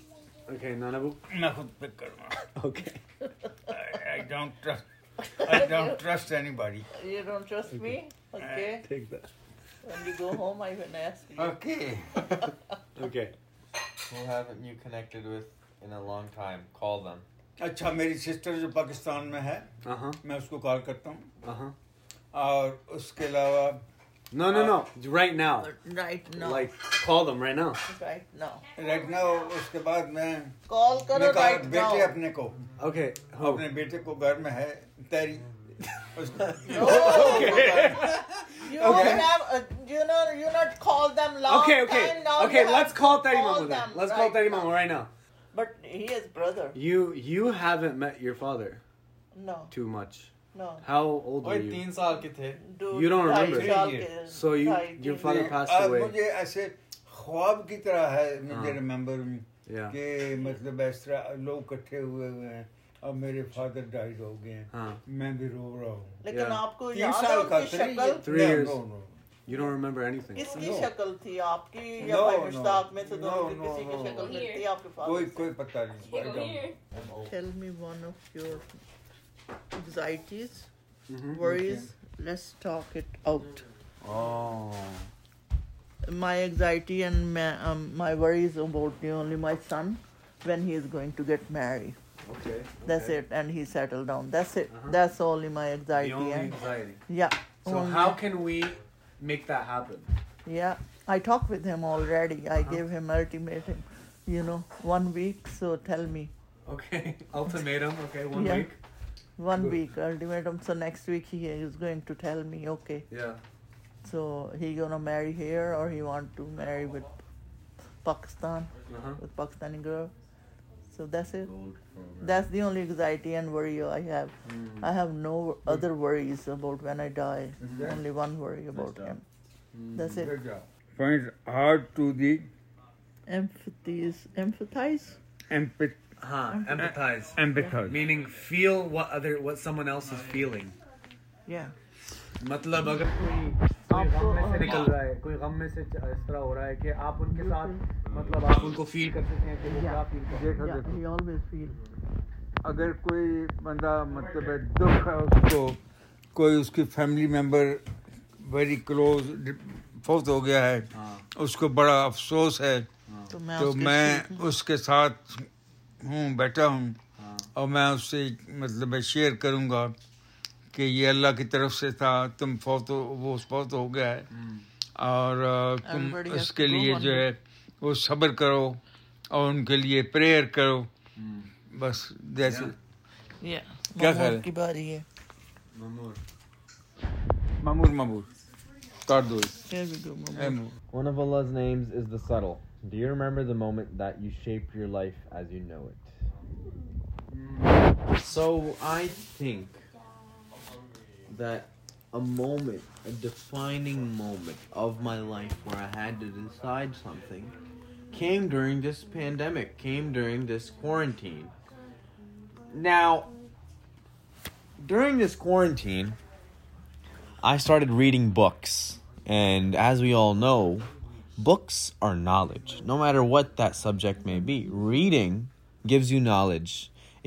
S1: Okay, Nanabu. [LAUGHS]
S2: मैं खुद pick करूँगा
S1: Okay.
S2: I don't trust. I don't trust anybody.
S3: [LAUGHS] You don't trust me? Okay.
S1: Take that.
S3: When you go home, I will ask you.
S2: Okay.
S1: Okay.
S4: Who haven't you connected with in a long time? Call them.
S2: अच्छा मेरी sister जो पाकिस्तान में है
S1: Uh huh.
S2: मैं उसको call करता हूँ
S1: Uh huh.
S2: और उसके अलावा
S1: No, no, no. Right now.
S3: But right now,
S1: Like, call them right now.
S3: right now.
S2: right now उसके बाद मैं
S3: Call
S2: मैं
S3: करो
S2: कहा,
S3: right now.
S2: बेटे अपने को
S1: Okay. Oh. Who?
S2: अपने बेटे को घर में है तेरी [LAUGHS] उसको
S3: Oh, You
S2: Okay.
S3: don't have. uh, you know, you not call them long
S1: Okay, okay.
S3: time now.
S1: Okay,
S3: you
S1: let's
S3: have
S1: call Teddy
S3: called
S1: Mama then.
S3: them
S1: Let's call
S3: right
S1: Teddy
S3: now.
S1: Mama right now.
S3: But he is brother.
S1: You you haven't met your father
S3: No,
S1: too much.
S3: no.
S1: How old were
S4: Oye,
S1: you?
S4: तीन साल के थे.
S3: Dude,
S1: You don't
S3: ढाई
S1: remember.
S3: साल
S2: Three
S3: के-
S1: So you
S3: ढाई,
S1: your
S3: तीन
S1: father
S3: years.
S1: passed
S2: अब
S1: away.
S2: मुझे ऐसे ख्वाब की तरह है मुझे
S1: हाँ।
S2: Remember
S1: Yeah.
S2: कि मतलब इस तरह लोग इकट्ठे हुए हुए हैं अब मेरे फादर डाइड हो गए हैं
S1: Huh.
S2: मैं भी रो रहा हूँ
S3: लेकिन
S1: Yeah.
S3: आपको
S2: तीन
S3: तो याद है
S2: साल का
S3: उसकी
S2: three
S3: शक्ल
S2: years-
S1: Three
S2: No,
S1: years.
S2: no, no.
S1: You don't remember anything.
S3: किसकी
S2: No.
S3: शक्ल थी आपकी या
S2: No,
S3: भाई मुश्ताक
S2: no.
S3: में से
S2: No,
S3: दोनों की
S2: no,
S3: किसी की
S2: no.
S3: शक्ल में थी आपके
S2: कोई
S3: पास
S2: कोई पता नहीं I
S7: Go
S2: don't know.
S7: here.
S3: Tell me one of your anxieties
S1: Mhm.
S3: Worries let's talk it out
S1: Oh.
S3: my anxiety and ma- um, my worries about the only my son when he is going to get married.
S1: Okay. Uh-huh.
S3: That's it, and he settled down. That's it. That's only my anxiety.
S1: The only
S3: and,
S1: anxiety.
S3: yeah.
S1: So
S3: only-
S1: how can we make that happen?
S3: Yeah, I talked with him already. I
S1: Uh-huh.
S3: gave him ultimatum. You know, one week. So tell me,
S1: Okay. [LAUGHS] Ultimatum. Okay. One
S3: Yeah.
S1: week.
S3: one
S1: Good.
S3: week ultimatum. So next week he is going to tell me. Okay.
S1: Yeah.
S3: So he gonna marry here or he want to marry with Pakistan
S1: Uh huh.
S3: with Pakistani girl. So that's it. That's the only anxiety and worry I have. I have no other worries about when I die.
S2: Okay.
S3: Only one worry about him. That's it.
S2: Good job. Point hard to the
S3: Empathize, empathize.
S2: empath-
S1: Huh. Empathize.
S2: empathize.
S1: Meaning feel what other what someone else is feeling.
S3: Yeah.
S1: मतलब अगर कोई कोई गम में से निकल रहा है कोई गम में से च- इस तरह हो रहा है कि आप उनके साथ मतलब आप उनको फील कर सकते हैं कि वो क्या फील कर
S2: देखो
S3: Yeah.
S2: देखो
S3: He always feel.
S2: अगर कोई बंदा मतलब है, दुख है उसको कोई उसकी फैमिली मेंबर वेरी क्लोज फोत हो गया है उसको बड़ा अफसोस है
S3: तो
S2: तो
S3: उसके
S2: मैं
S3: साथ-
S2: उसके साथ हूँ बैठा हूँ
S1: हाँ।
S2: और मैं उससे मतलब है, शेयर करूँगा कि ये अल्लाह की तरफ से था तुम फौत हो वो फौत हो गया है और अ, तुम
S3: Everybody has
S2: उसके
S3: to
S2: लिए
S3: go on
S2: जो है वो सब्र करो और उनके लिए प्रेयर करो बस जैसे
S3: Yeah.
S2: क्या
S3: मामूद
S2: ख्याल है?
S3: की बारी है
S2: मामूर मामूर काट दो इसे।
S3: Here we go, Mahmood.
S2: ए मामूर।
S10: One of Allah's names is the subtle. Do you remember the moment that you shaped your life as you know it?
S4: So I think that a moment, a defining moment of my life where I had to decide something came during this pandemic, came during this quarantine. Now, during this quarantine, I started reading books. And as we all know, books are knowledge, no matter what that subject may be. Reading gives you knowledge.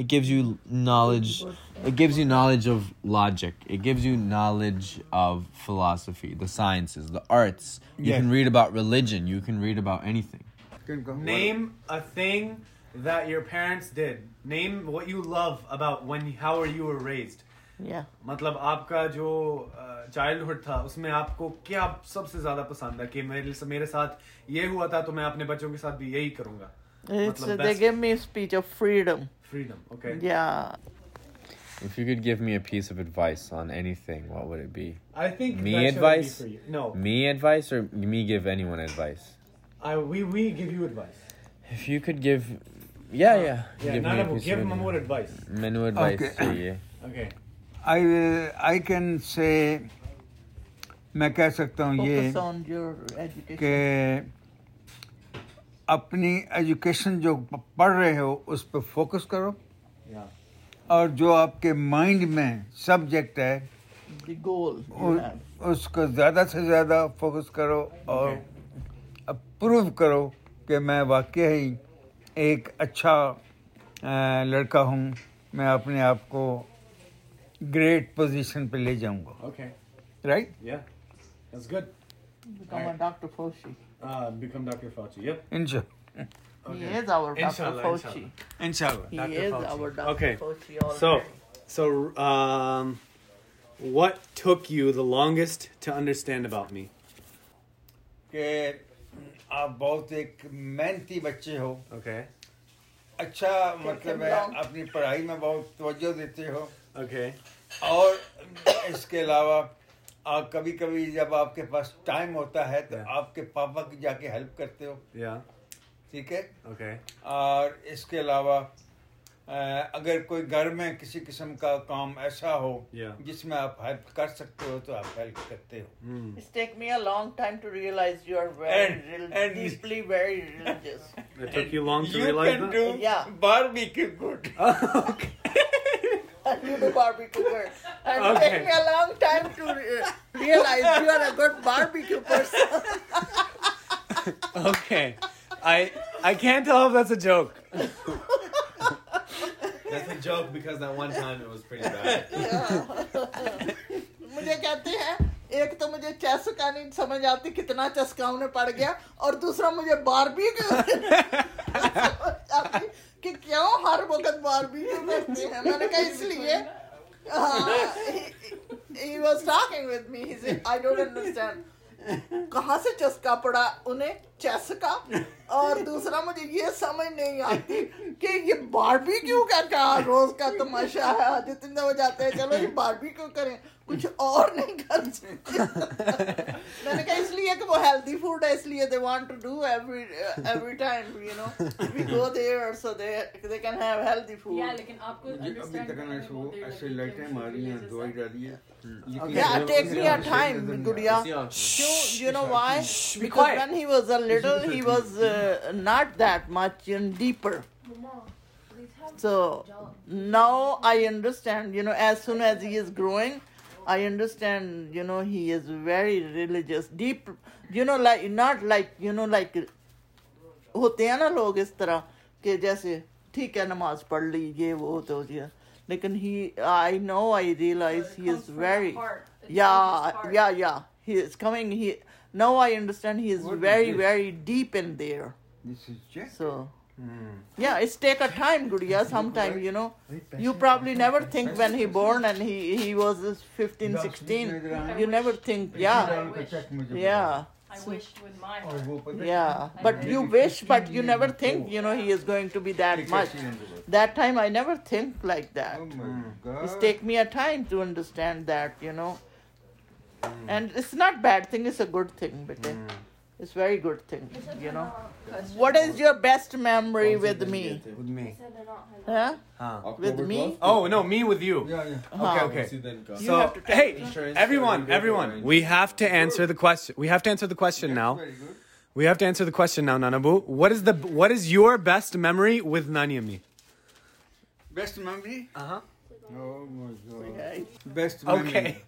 S4: It gives you knowledge. It gives you knowledge of logic. It gives you knowledge of philosophy, the sciences, the arts. You
S2: Yeah.
S4: can read about religion. You can read about anything.
S2: किनको?
S1: Name a thing that your parents did. Name what you love about when how or you were raised.
S3: Yeah.
S1: मतलब आपका जो childhood था उसमें आपको क्या सबसे ज्यादा पसंद था कि मेरे मेरे साथ ये हुआ था तो मैं अपने बच्चों के साथ भी यही करूंगा
S3: It's,
S1: Matlab
S3: they
S1: best-
S3: gave me a speech of freedom.
S1: Freedom okay
S3: Yeah.
S10: If you could give me a piece of advice on anything, what would it be?
S1: I think
S10: Me advice?
S1: No
S10: Me advice or me give anyone advice?
S1: I we we give you advice
S10: If you could give. Yeah, yeah.
S1: या
S10: give me a
S1: नाना
S10: piece
S1: give
S10: of
S1: more
S10: advice.
S1: Advice
S10: Menu advice.
S2: Okay.
S10: चाहिए.
S1: Okay
S2: I will, I can say, मैं कह सकता हूँ ये
S3: Focus on your education.
S2: कि अपनी एजुकेशन जो प- पढ़ रहे हो उस पर फोकस करो
S1: या
S2: और जो आपके माइंड में सब्जेक्ट है
S3: The goal you
S2: उ,
S3: have.
S2: उसको ज़्यादा से ज़्यादा फोकस करो और प्रूव करो कि मैं वाकई ही एक अच्छा अ, लड़का हूँ मैं अपने आप को ग्रेट पोजीशन पे ले जाऊँगा
S1: ओके
S2: राइट
S1: या that's good
S3: Become a Dr. Fauci.
S1: Become doctor Fauci yup
S2: इनशा
S3: He is our
S1: Inshallah,
S3: Dr. Fauci.
S1: inshallah.
S2: इनशाला
S3: He
S1: Dr.
S3: is
S1: Fauci.
S3: our Dr.
S11: Okay.
S3: Fauci. Already.
S11: So, so um, what took you the longest to understand about me?
S2: कि आप बहुत एक मेहनती बच्चे हो
S11: Okay.
S2: अच्छा मतलब है अपनी पढ़ाई में बहुत तवज्जो देते हो
S11: Okay.
S2: और इसके अलावा आप कभी कभी जब आपके पास टाइम होता है तो
S11: Yeah.
S2: आपके पापा की जाके हेल्प करते हो
S11: Yeah.
S2: ठीक है
S11: Okay.
S2: और इसके अलावा अ, अगर कोई घर में किसी किस्म का काम ऐसा हो
S11: Yeah.
S2: जिसमें आप हेल्प कर सकते हो तो आप हेल्प करते हो
S3: It's taken me a long time to realize you are very
S2: And-
S3: rel-
S2: and-
S3: deeply very religious. [LAUGHS]
S11: It took you long to
S2: You
S11: realize
S2: can
S11: that.
S2: do
S3: Yeah.
S2: barbecue good.
S1: [LAUGHS]
S3: I do the barbecue work. And It
S11: Okay.
S3: took me a long time to re- realize you are a good barbecue person.
S11: Okay. I I can't tell if that's a joke.
S10: That's a joke because that one time it was pretty bad.
S3: मुझे कहते हैं एक तो मुझे chess का नहीं समझ आती कितना चस्का उन्हें पड़ गया और दूसरा मुझे बारबी आती कि क्यों हर वक्त बारबी करते हैं मैंने कहा इसलिए Uh, [LAUGHS] he was talking with me he said I don't understand कहाँ से चस्का पड़ा उन्हें चेस का और दूसरा मुझे ये समझ नहीं आती कि ये बारबी क्यों का कहा रोज का तमाशा है जितने वो जाते हैं चलो ये बारबी क्यों करें कुछ और नहीं कर सकते मैंने कहा इसलिए कि वो हेल्दी फूड है इसलिए they want to do every every time you know we go there so they they can have healthy
S7: Yeah,
S3: food
S7: लेकिन आपको
S2: अभी
S7: understand
S2: तक
S7: करने
S2: ना
S7: में बहुत देर
S2: ऐसे
S7: लगती है,
S2: लाइटें मारी हैं दवाई डाली है
S3: Yeah, take me a time, Gudiya. You, you know why? Because when he was a little, he was uh, not that much and deeper. So now I understand, you know, as soon as he is growing, I understand, you know, he is very religious, deep, you know, like, not like, you know, like, होते हैं ना लोग इस तरह कि जैसे ठीक है नमाज पढ़ ली ये वो तो ये लेकिन he I know I realise he is very yeah, yeah, yeah. He is coming. He now I understand. He is
S2: What is
S3: very,
S2: this?
S3: very deep in there.
S2: This is just
S3: So, yeah, it's take a time, Gudiya. Sometime you know, you probably never think when he born and he he was 15, 16. You never think, yeah, yeah.
S7: I wished with my heart.
S3: Yeah, but you wish, but you never think, you know, he is going to be that much. That time I never think like that.
S2: Oh,
S3: It's take me a time to understand that, you know.
S2: Hmm.
S3: And it's not bad thing, it's a good thing, but it's very good thing, you know. What is your best memory with me?
S1: With me.
S3: Huh?
S1: Huh.
S3: With me?
S1: Oh no, me with you.
S2: Yeah, yeah.
S3: Uh-huh.
S1: Okay, okay.
S3: You
S1: So
S3: have to take
S1: hey,
S4: Insurance
S1: everyone,
S4: company,
S1: everyone, we have to answer the question. We have to answer the question now.
S2: Very good.
S1: We have to answer the question now, Nanabu. What is the what is your best memory with Nanyami?
S2: Best memory?
S1: Uh huh.
S2: Oh my god.
S3: Okay.
S2: Best memory.
S1: Okay.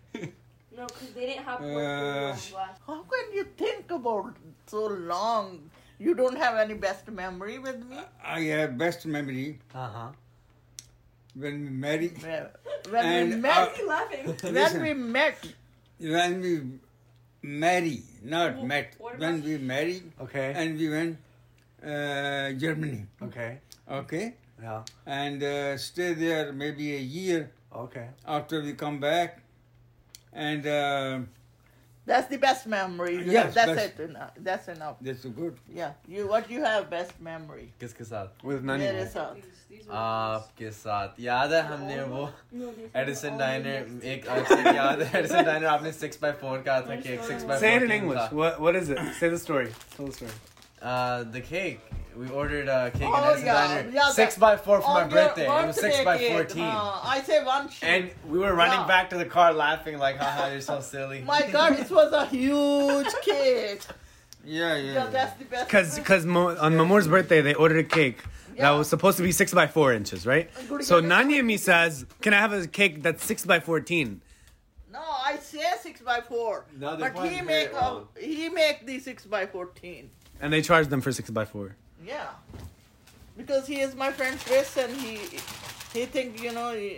S7: No, because they didn't have work
S2: Uh,
S7: for last.
S3: How can you think about so long? You don't have any best memory with me?
S2: I have best memory
S1: Uh huh.
S2: when we married.
S3: When when we
S2: And,
S3: met,
S2: uh,
S7: He
S2: [LAUGHS]
S7: laughing.
S3: when
S2: listen.
S3: we met,
S2: When we married, not met.
S7: what
S2: When
S7: about-
S2: we married
S1: Okay.
S2: and we went uh, Germany.
S1: Okay.
S2: Okay.
S1: Yeah.
S2: And uh, stay there maybe a year
S1: Okay.
S2: after we come back. And uh,
S3: that's the best memory. You
S2: Yes,
S3: have- that's
S2: best-
S3: it. Enough. That's enough.
S2: that's good.
S3: Yeah, you what you have best memory.
S4: किसके साथ
S1: With
S3: There
S1: Nanyami.
S3: is a
S7: These- these were the
S4: आपके साथ याद है हमने वो
S7: ones. No, they said
S4: Edison
S7: all
S4: diner
S7: the
S4: एक आपसे याद है एडिसन डाइनर आपने 6 by 4 कहा था cake 6 by 4
S1: Say it in English. What what is it? Say the story. Tell the story.
S4: Uh, the cake. We ordered uh, cake
S3: Oh,
S4: at Edison
S3: yeah,
S4: Diner.
S3: yeah,
S4: six
S3: that-
S4: by four for my
S3: On your
S4: birthday. It was six
S3: birthday
S4: by
S3: cake,
S4: fourteen.
S3: uh, I say one sheet.
S4: And we were running
S3: Yeah.
S4: back to the car laughing like, haha, you're so silly. [LAUGHS]
S3: my God, this was a huge cake.
S2: Yeah, yeah.
S3: Yeah,
S2: yeah.
S3: that's the best.
S1: Cause, cause Mo- on Mamor's birthday they ordered a cake that
S3: Yeah.
S1: was supposed to be six by four inches, right? So Nanyami says, "Can I have a cake that's six by 14?
S3: No, I say six by four,
S4: No, they
S3: but
S4: probably
S3: he
S4: made
S3: make
S4: it
S3: a,
S4: wrong.
S3: he make the six by fourteen.
S1: And they charged them for six by four.
S3: Yeah, because he is my friend Chris, and he he think you know he,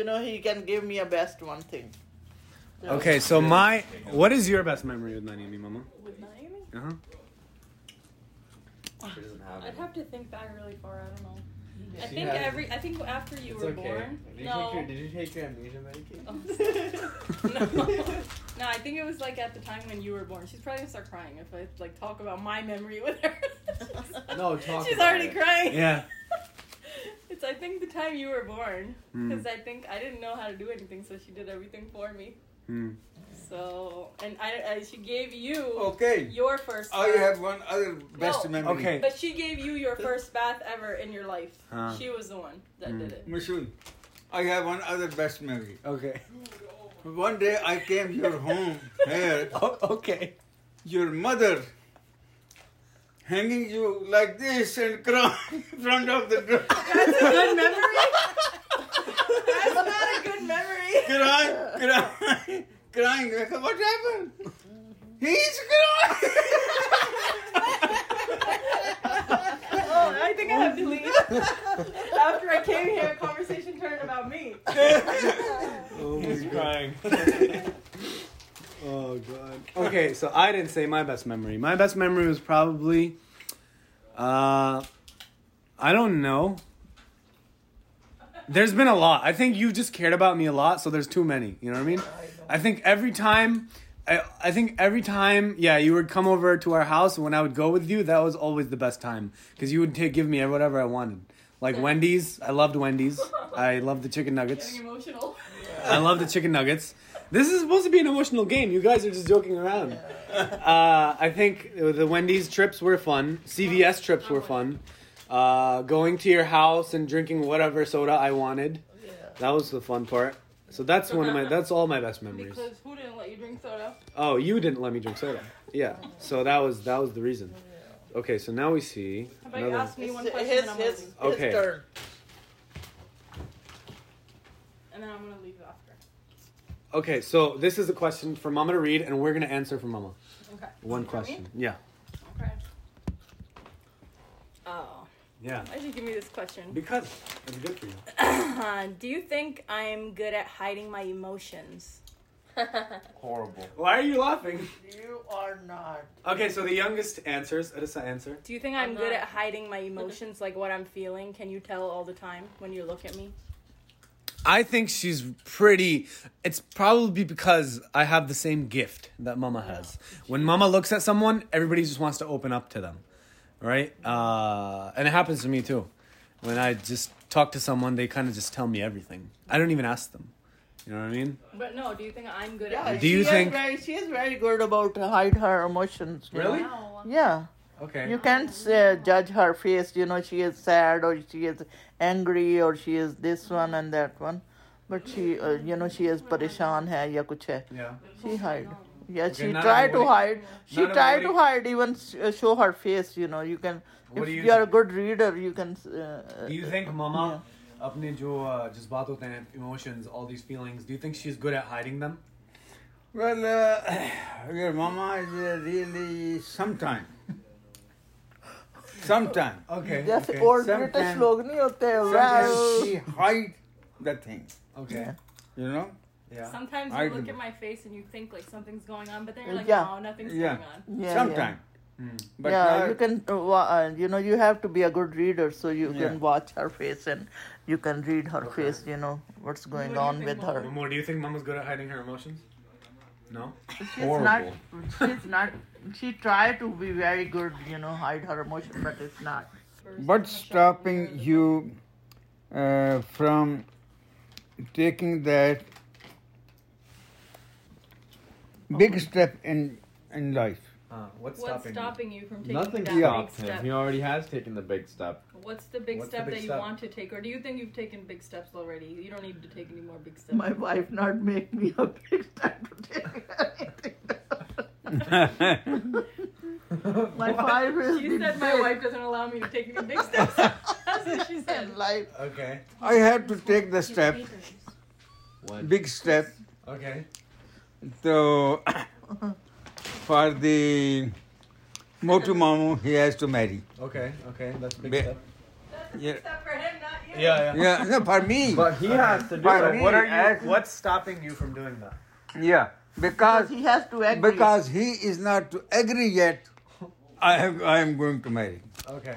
S3: you know he can give me a best one thing. So-
S1: Okay, so my what is your best memory with Nanyami, Mama?
S7: ones. With Naomi?
S1: Uh huh.
S4: She doesn't have
S7: I'd
S4: it.
S7: have to think back really far. I don't know. I
S4: She
S7: think
S4: has-
S7: every. I think after you
S4: It's
S7: were
S4: okay.
S7: born.
S4: Did you, take
S7: [LAUGHS]
S4: your,
S7: No.
S4: did you take your amnesia medication?
S7: Oh. [LAUGHS]
S3: [LAUGHS]
S4: [LAUGHS]
S1: Uh-huh.
S7: no. No, I think it was like at the time when you were born. She's probably gonna start crying if I like talk about my memory with her.
S4: [LAUGHS] No, talk
S7: She's
S4: about
S7: already
S4: it.
S1: [LAUGHS]
S7: crying.
S1: Yeah.
S7: It's I think the time you were born
S1: Mm.
S4: Hmm.
S7: because I think I didn't know how to do anything, so she did everything for me.
S4: Hmm.
S1: Mm.
S7: So and I, I she gave you
S4: Oh,
S2: Okay.
S7: your first.
S2: I
S7: bath.
S2: have one other best
S7: No.
S2: memory.
S1: Okay.
S7: But she gave you your first bath ever in your life.
S1: Huh.
S7: She was the one that
S1: Mm.
S7: did it.
S2: Mashul, I have one other best memory.
S1: Okay. [LAUGHS]
S2: One day I came your home here,
S1: Oh, okay.
S2: your mother hanging you like this and crying in front of the door,
S7: Good memory. That's not a good memory.
S2: crying, crying, crying. I said, What happened? He's crying.
S7: Oh, I think I have to [LAUGHS] leave. After I came here, conversation turned about me.
S1: Oh,
S4: She's crying.
S1: oh god. Okay, so I didn't say my best memory. My best memory was probably, uh, I don't know. There's been a lot. I think you just cared about me a lot, so there's too many. You know what I mean? I think every time, I, I think every time, yeah, you would come over to our house. When I would go with you, that was always the best time because you would take, give me whatever I wanted. Like Wendy's, I loved Wendy's. I loved the chicken nuggets.
S7: Getting emotional.
S1: I love the chicken nuggets. This is supposed to be an emotional game. You guys are just joking around. Uh, I think the Wendy's trips were fun. CVS trips were fun. Uh, going to your house and drinking whatever soda I wanted. That was the fun part. So that's one of my. That's all my best memories.
S7: Because who didn't let you drink soda?
S1: Oh, you didn't let me drink soda. Yeah. So that was that was the reason. Okay. So now we see
S7: How about you
S1: another.
S7: ask me
S3: It's
S7: one question
S3: his,
S7: and I'm
S3: his,
S7: gonna leave.
S1: Okay.
S3: his turn.
S7: And then I'm gonna leave after.
S1: Okay. So this is a question for Mama to read, and we're gonna answer for Mama.
S7: Okay.
S1: One
S7: You got me?
S1: question. Yeah.
S7: Okay. Oh,
S1: Yeah.
S7: why'd you give me this question?
S1: Because it's good for you.
S7: Do you think I'm good at hiding my emotions?
S4: Horrible.
S1: Why are you laughing?
S3: You are not.
S1: Okay, so the youngest answers. Alyssa answer.
S7: Do you think
S12: I'm
S7: I'm, good
S12: not.
S7: at hiding my emotions, like what I'm feeling? Can you tell all the time when you look at me?
S1: I think she's pretty. It's probably because I have the same gift that Mama has. When Mama looks at someone, everybody just wants to open up to them, right? Uh, and it happens to me too. When I just talk to someone, they kind of just tell me everything. I don't even ask them. You know what I mean?
S7: But no, do you think I'm good
S3: Yeah,
S7: at
S1: Do you
S3: she
S1: think-
S3: Is very, she is very good about to hide her emotions. you
S1: Really?
S3: know? Yeah.
S1: Okay.
S3: You can't uh, judge her face. You know, she is sad or she is angry or she is this one and that one. But she, uh, you know, she is parishan hai ya kuch hai.
S1: Yeah.
S3: She hide. Yeah,
S1: Okay,
S3: she
S1: not
S3: tried to
S1: avoiding-
S3: hide. She
S1: not
S3: tried to
S1: avoiding-
S3: hide, even s- uh, show her face. You know, you can.
S1: What
S3: if
S1: do you
S3: you, are a good reader, you can. Uh,
S1: Do you think Mama, अपने जो uh, जज्बात होते हैं, emotions, all these feelings, do you think she's good at hiding them?
S2: Well, uh, [SIGHS] your mama is uh, really sometime. sometime.
S1: Okay.
S3: जैसे old British
S2: Sometime,
S3: लोग नहीं होते
S2: sometimes she
S3: well,
S2: hide the thing.
S1: Okay.
S2: You know?
S7: Sometimes
S2: I
S7: you look
S2: do.
S7: at my face and you think like something's going on, but then you're like,
S3: Yeah.
S7: no, nothing's
S2: Yeah.
S7: going on.
S3: Yeah, Hmm.
S2: sometime. But
S3: yeah,
S2: not-
S3: you can. Uh, wa- uh, you know, you have to be a good reader, so you can watch her face and you can read her face. You know what's going on with her.
S1: Momo, do you think Mama's good at hiding her emotions? No.
S3: She's not. She's not. She tried to be very good. You know, hide her emotion, but it's not.
S2: What's stopping you uh, from taking that big step in in life? [LAUGHS]
S1: Uh, what's
S7: What's
S1: stopping?
S7: stopping you from taking
S4: Nothing
S7: that
S4: stopped
S7: big
S4: him.
S7: step?
S4: He already has taken the big step.
S7: What's the big
S1: What's the
S7: step
S1: big
S7: that you
S1: step?
S7: want to take, or do you think you've taken big steps already? You don't need to take any more big steps.
S3: My wife not make me a big step to take anything.
S1: [LAUGHS]
S3: [LAUGHS] My wife is
S7: She said
S3: [LAUGHS]
S7: my wife doesn't allow me to take any big steps. [LAUGHS] That's what she said.
S3: life.
S1: Okay.
S2: I had to take the step, big step,
S1: Okay.
S2: so [COUGHS] for the Motu Mamu, he has to marry.
S1: Okay. Okay. That's a big
S2: Ba-
S1: step.
S2: Yeah,
S7: Except for him, not you.
S1: Yeah. Yeah.
S2: yeah, no, for me.
S4: But he has to do
S2: But
S4: it.
S2: me,
S1: What are you?
S2: as-
S1: What's stopping you from doing that?
S2: Yeah, because
S3: He has to agree.
S2: because he is not to agree yet. I have, I am going to marry,
S1: Okay.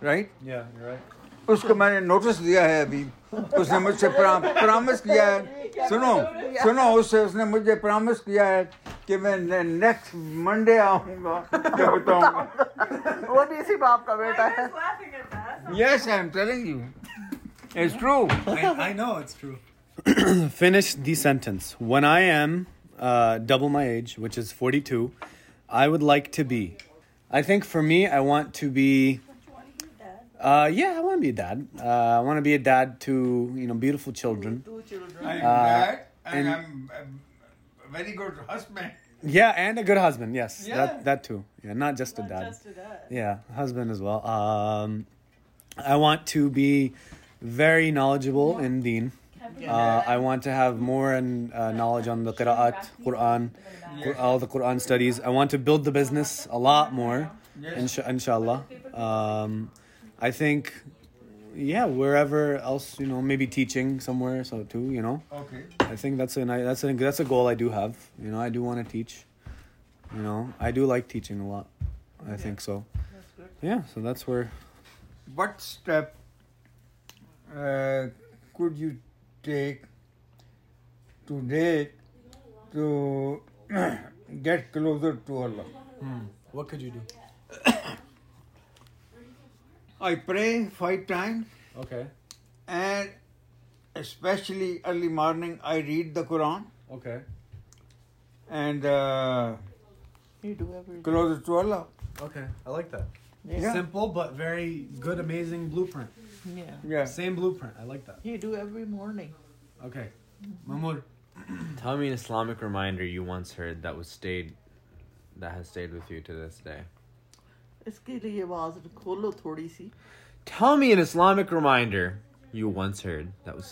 S2: right?
S1: Yeah. You're right.
S2: उसको मैंने notice दिया है अभी उसने मुझसे promise किया है सुनो सुनो उससे उसने मुझे प्रॉमिस किया है कि मैं नेक्स्ट मंडे आऊंगा क्या बताऊंगा
S3: वो भी इसी बाप का बेटा है
S13: laughing at that.
S2: Yes I am telling you it's true
S1: I, I know it's [CLEARS THROAT] true.
S14: Finish the sentence. When I am uh, double my age, which is 42, I would like to be.
S1: I think for me, I want to be. Uh, yeah, I want to be a dad. Uh, I want to be a dad to you know beautiful children.
S2: and i'm a very good husband
S1: Yeah, and a good husband. Yes,
S2: Yeah.
S1: that that too. Yeah, not just a dad. Yeah, husband as well. Um, I want to be very knowledgeable in Deen. Uh, I want to have more and uh, knowledge on the Qiraat, Quran, Qur- all the Quran studies. I want to build the business a lot more, insha- inshallah. Um, I think, yeah, wherever else, you know, maybe teaching somewhere, so too, you know.
S2: okay
S1: I think that's a ni- that's a that's a goal I do have. You know, I do want to teach. You know, I do like teaching a lot. I think so. Yeah, so that's where.
S2: what step uh, could you take today to [CLEARS THROAT] get closer to allah
S1: Hmm, What could you do?
S2: I pray five times
S1: Okay.
S2: and especially early morning I read the Quran
S1: Okay.
S2: and uh,
S3: You do everything.
S2: close it to Allah.
S1: Okay. I like that.
S2: Yeah.
S1: Simple but very good, amazing blueprint.
S3: Yeah.
S2: Yeah.
S1: Same blueprint. I like that.
S3: You do every morning.
S1: Okay. Mahmoud.
S4: Tell me an Islamic reminder you once heard that was stayed, that has stayed with you to this day.
S3: इसके लिए आवाज खोलो थोड़ी सी
S4: Tell me an Islamic reminder you once heard that was,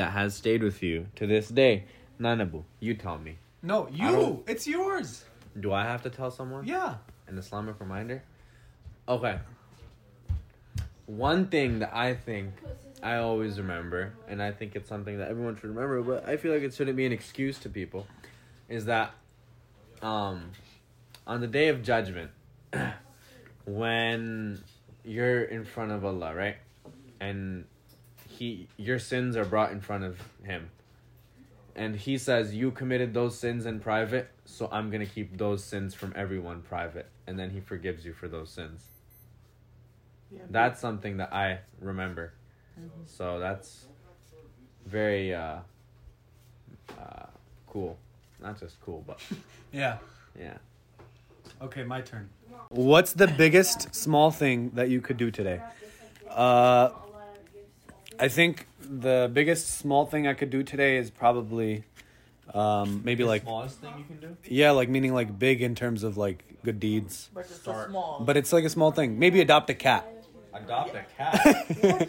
S4: that has stayed with you to this day. Nanabu, you tell me.
S1: No, you.
S4: don't-
S1: It's yours.
S4: Do I have to tell someone?
S1: Yeah.
S4: An Islamic reminder? Okay. One thing that I think I always remember, and I think it's something that everyone should remember, but I feel like it shouldn't be an excuse to people, is that um, on the day of judgment, [CLEARS THROAT] when you're in front of Allah, right? And he your sins are brought in front of him. And he says, You committed those sins in private, so I'm gonna keep those sins from everyone private. And then he forgives you for those sins.
S3: Yeah.
S4: That's something that I remember.
S3: Mhm.
S4: So that's very uh, uh, cool. Not just cool, but
S15: Yeah.
S4: yeah.
S15: Okay, my turn.
S1: What's the biggest small thing that you could do today? Uh, I think the biggest small thing I could do today is probably um, maybe like
S4: smallest thing you can do.
S1: yeah, like meaning like big in terms of like good deeds.
S3: But it's a small. [LAUGHS]
S1: But it's like a small thing. Maybe adopt a cat. [LAUGHS]
S4: Adopt a cat.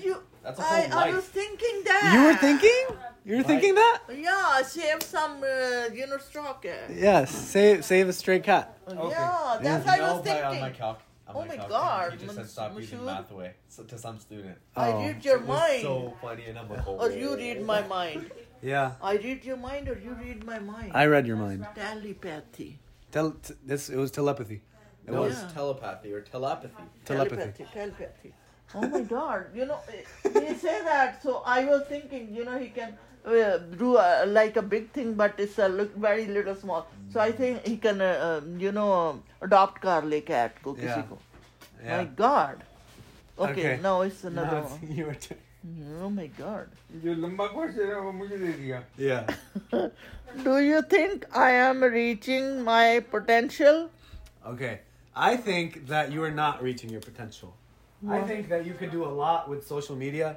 S3: you,
S4: [LAUGHS] That's a whole
S3: I, I
S4: life.
S3: was thinking that.
S1: You were thinking? You were thinking that?
S3: Yeah, shave some, uh, you know, stroke.
S1: Yes. Save save a stray cat.
S3: Yeah, that's what I was
S4: by- on my
S3: thinking.
S4: calc. on
S3: Oh my
S4: calc,
S3: God,
S4: He just
S3: Mons-
S4: said stop using
S3: Mushood.
S4: math away so, to some student.
S3: I
S1: Oh.
S3: read your
S4: It was
S3: mind.
S4: so funny, and I'm like, oh.
S3: Or you read my mind.
S1: Yeah.
S3: I read your mind or you read my mind.
S1: I read your mind.
S3: Telepathy.
S1: Tell t- this it was telepathy. It
S4: No,
S1: was
S4: it's telepathy or telepathy.
S1: telepathy.
S3: Telepathy. Telepathy. Oh my God! You know, he say that, so I was thinking, you know, he can uh, do uh, like a big thing, but it's a look very little small. So I think he can, uh, um, you know, adopt Carly cat. Ko kisi
S1: Yeah.
S3: ko.
S1: Yeah.
S3: My God. Okay,
S1: Okay.
S3: now it's another
S15: [LAUGHS]
S1: Now
S3: one.
S1: it's your turn.
S3: Oh my God.
S2: जो लंबा question है वो मुझे दे दिया
S1: Yeah.
S3: Do you think I am reaching my potential?
S1: Okay. I think that you are not reaching your potential. I think that you could do a lot with social media.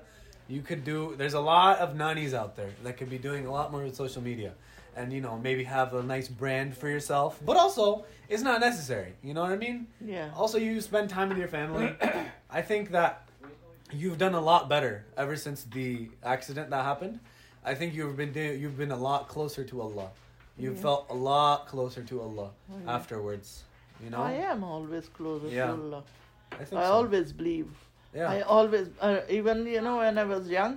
S1: You could do there's a lot of nannies out there that could be doing a lot more with social media. And you know, maybe have a nice brand for yourself. But also it's not necessary. You know what I mean?
S3: Yeah.
S1: Also you spend time with your family. I think that you've done a lot better ever since the accident that happened. I think you've been do- you've been a lot closer to Allah. You have
S3: Yeah.
S1: felt a lot closer to Allah
S3: Oh, yeah.
S1: afterwards. You know?
S3: I am always closer
S1: Yeah.
S3: to Allah.
S1: I think
S3: I
S1: so.
S3: always believe.
S1: Yeah. Uh-huh.
S3: I always, uh, even you know, when I was young,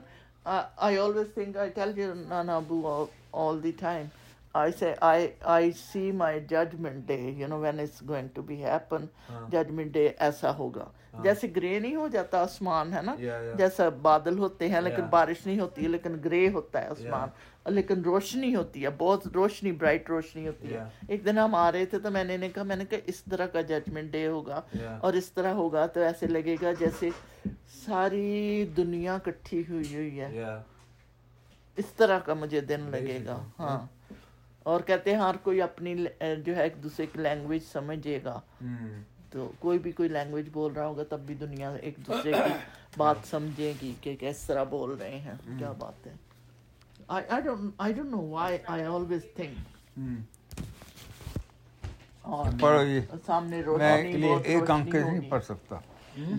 S3: uh, I always think I tell you Nana Boo all, all the time. I say I I see my judgment day. You know when it's going to be happen.
S1: हाँ.
S3: Judgment day ऐसा होगा.
S1: हाँ.
S3: जैसे grey नहीं हो जाता आसमान है ना
S1: Yeah, yeah.
S3: जैसा बादल होते हैं लेकिन
S1: Yeah.
S3: बारिश नहीं होती लेकिन ग्रे होता है आसमान लेकिन रोशनी होती है बहुत रोशनी ब्राइट रोशनी होती है एक दिन हम आ रहे थे तो मैंने ने कहा मैंने कहा इस तरह का जजमेंट डे होगा
S1: Yeah.
S3: और इस तरह होगा तो ऐसे लगेगा जैसे सारी दुनिया इकट्ठी हुई हुई है
S1: Yeah.
S3: इस तरह का मुझे दिन
S1: Amazing.
S3: लगेगा
S1: Yeah.
S3: हाँ और कहते हैं हर कोई अपनी ल- अ, जो है एक दूसरे की लैंग्वेज समझेगा
S1: Hmm.
S3: तो कोई भी कोई लैंग्वेज बोल रहा होगा तब भी दुनिया एक दूसरे
S2: [COUGHS]
S3: की बात समझेगी कि किस तरह बोल रहे हैं
S2: Hmm.
S3: क्या बात है I I don't I don't know why I always think और
S2: Hmm. पढ़ो ये।
S3: सामने
S2: मैं
S3: रोशनी बहुत
S2: एक
S3: रोशनी
S2: आंख से
S3: होगी।
S2: नहीं पढ़ सकता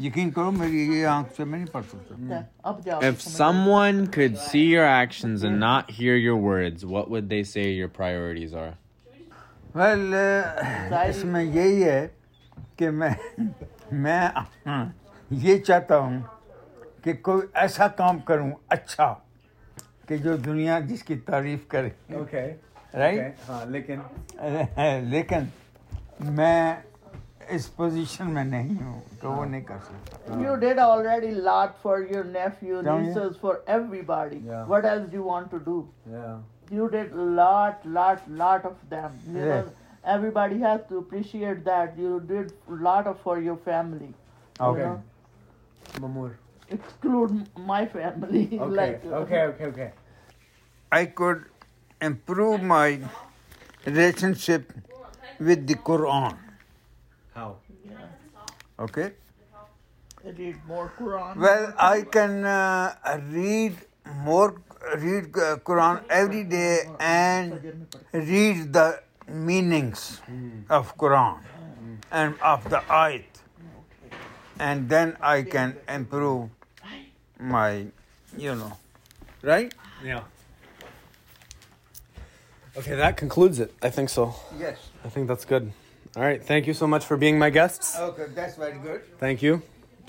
S2: यकीन करो मेरी ये आंख से मैं नहीं पढ़ सकता
S3: अब जाओ
S4: Mm. If
S3: समझ-
S4: someone could see your actions and not hear your words, what would they say your priorities are?
S2: Well uh, इसमें यही है कि मैं मैं हाँ, ये चाहता हूँ कि कोई ऐसा काम करूँ अच्छा कि जो दुनिया जिसकी तारीफ करे
S16: Okay.
S2: Right
S16: Okay. Uh, हाँ लेकिन
S2: [LAUGHS] लेकिन मैं इस पोजीशन में नहीं हूँ तो वो नहीं कर सकता
S3: You did already lot for your nephew,
S2: Don't you?
S3: nieces, for everybody.
S16: Yeah.
S3: What else do you want to do?
S16: yeah.
S3: You did lot, lot, lot of them. You
S2: Yeah.
S3: know, everybody has to appreciate that. You did lot of for your family. you
S2: Okay.
S3: know.
S1: Mamur.
S3: Exclude m- my family. [LAUGHS]
S16: Okay.
S3: like, uh,
S16: okay. Okay. Okay.
S2: I could improve my relationship with the Quran.
S1: How?
S2: Okay.
S3: Read more Quran.
S2: Well, I can uh, read more, read uh, Quran every day and read the meanings of Quran and of the ayat, and then I can improve my, you know, right?
S1: Yeah. Okay, that concludes it. I think so.
S2: Yes.
S1: I think that's good. All right. Thank you so much for being my guests.
S2: Okay, that's very good.
S1: Thank you.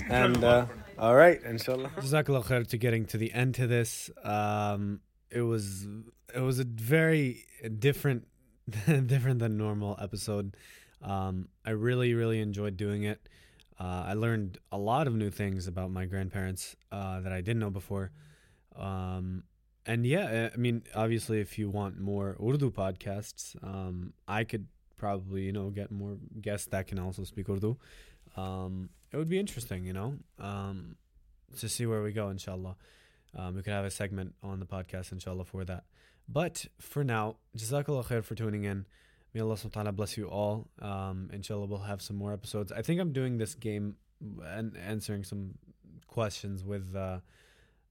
S1: And uh, all right, inshallah.
S17: Jazakallah khair to getting to the end to this. Um, it was it was a very different [LAUGHS] different than normal episode. Um, I really really enjoyed doing it. Uh, I learned a lot of new things about my grandparents uh, that I didn't know before.
S1: Um, and yeah, I I mean, obviously, if you want more Urdu podcasts, um, I could probably, you know, get more guests that can also speak Urdu. Um, it would be interesting, you know, um, to see where we go, inshallah. Um, we could have a segment on the podcast, inshallah, for that. But for now, jazakallah khair for tuning in. May Allah subhanahu wa ta'ala bless you all. Um, inshallah, we'll have some more episodes. I think I'm doing this game and answering some questions with uh,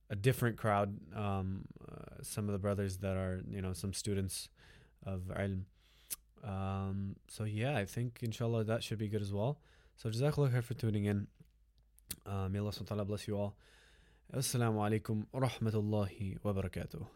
S1: a different crowd. Um, uh, some of the brothers that are, you know, some students of ilm. Um, so yeah, I think inshallah that should be good as well. So jazakallah khair for tuning in. Uh, may Allah subhanahu wa ta'ala bless you all. Assalamu alaikum wa rahmatullahi wa barakatuh.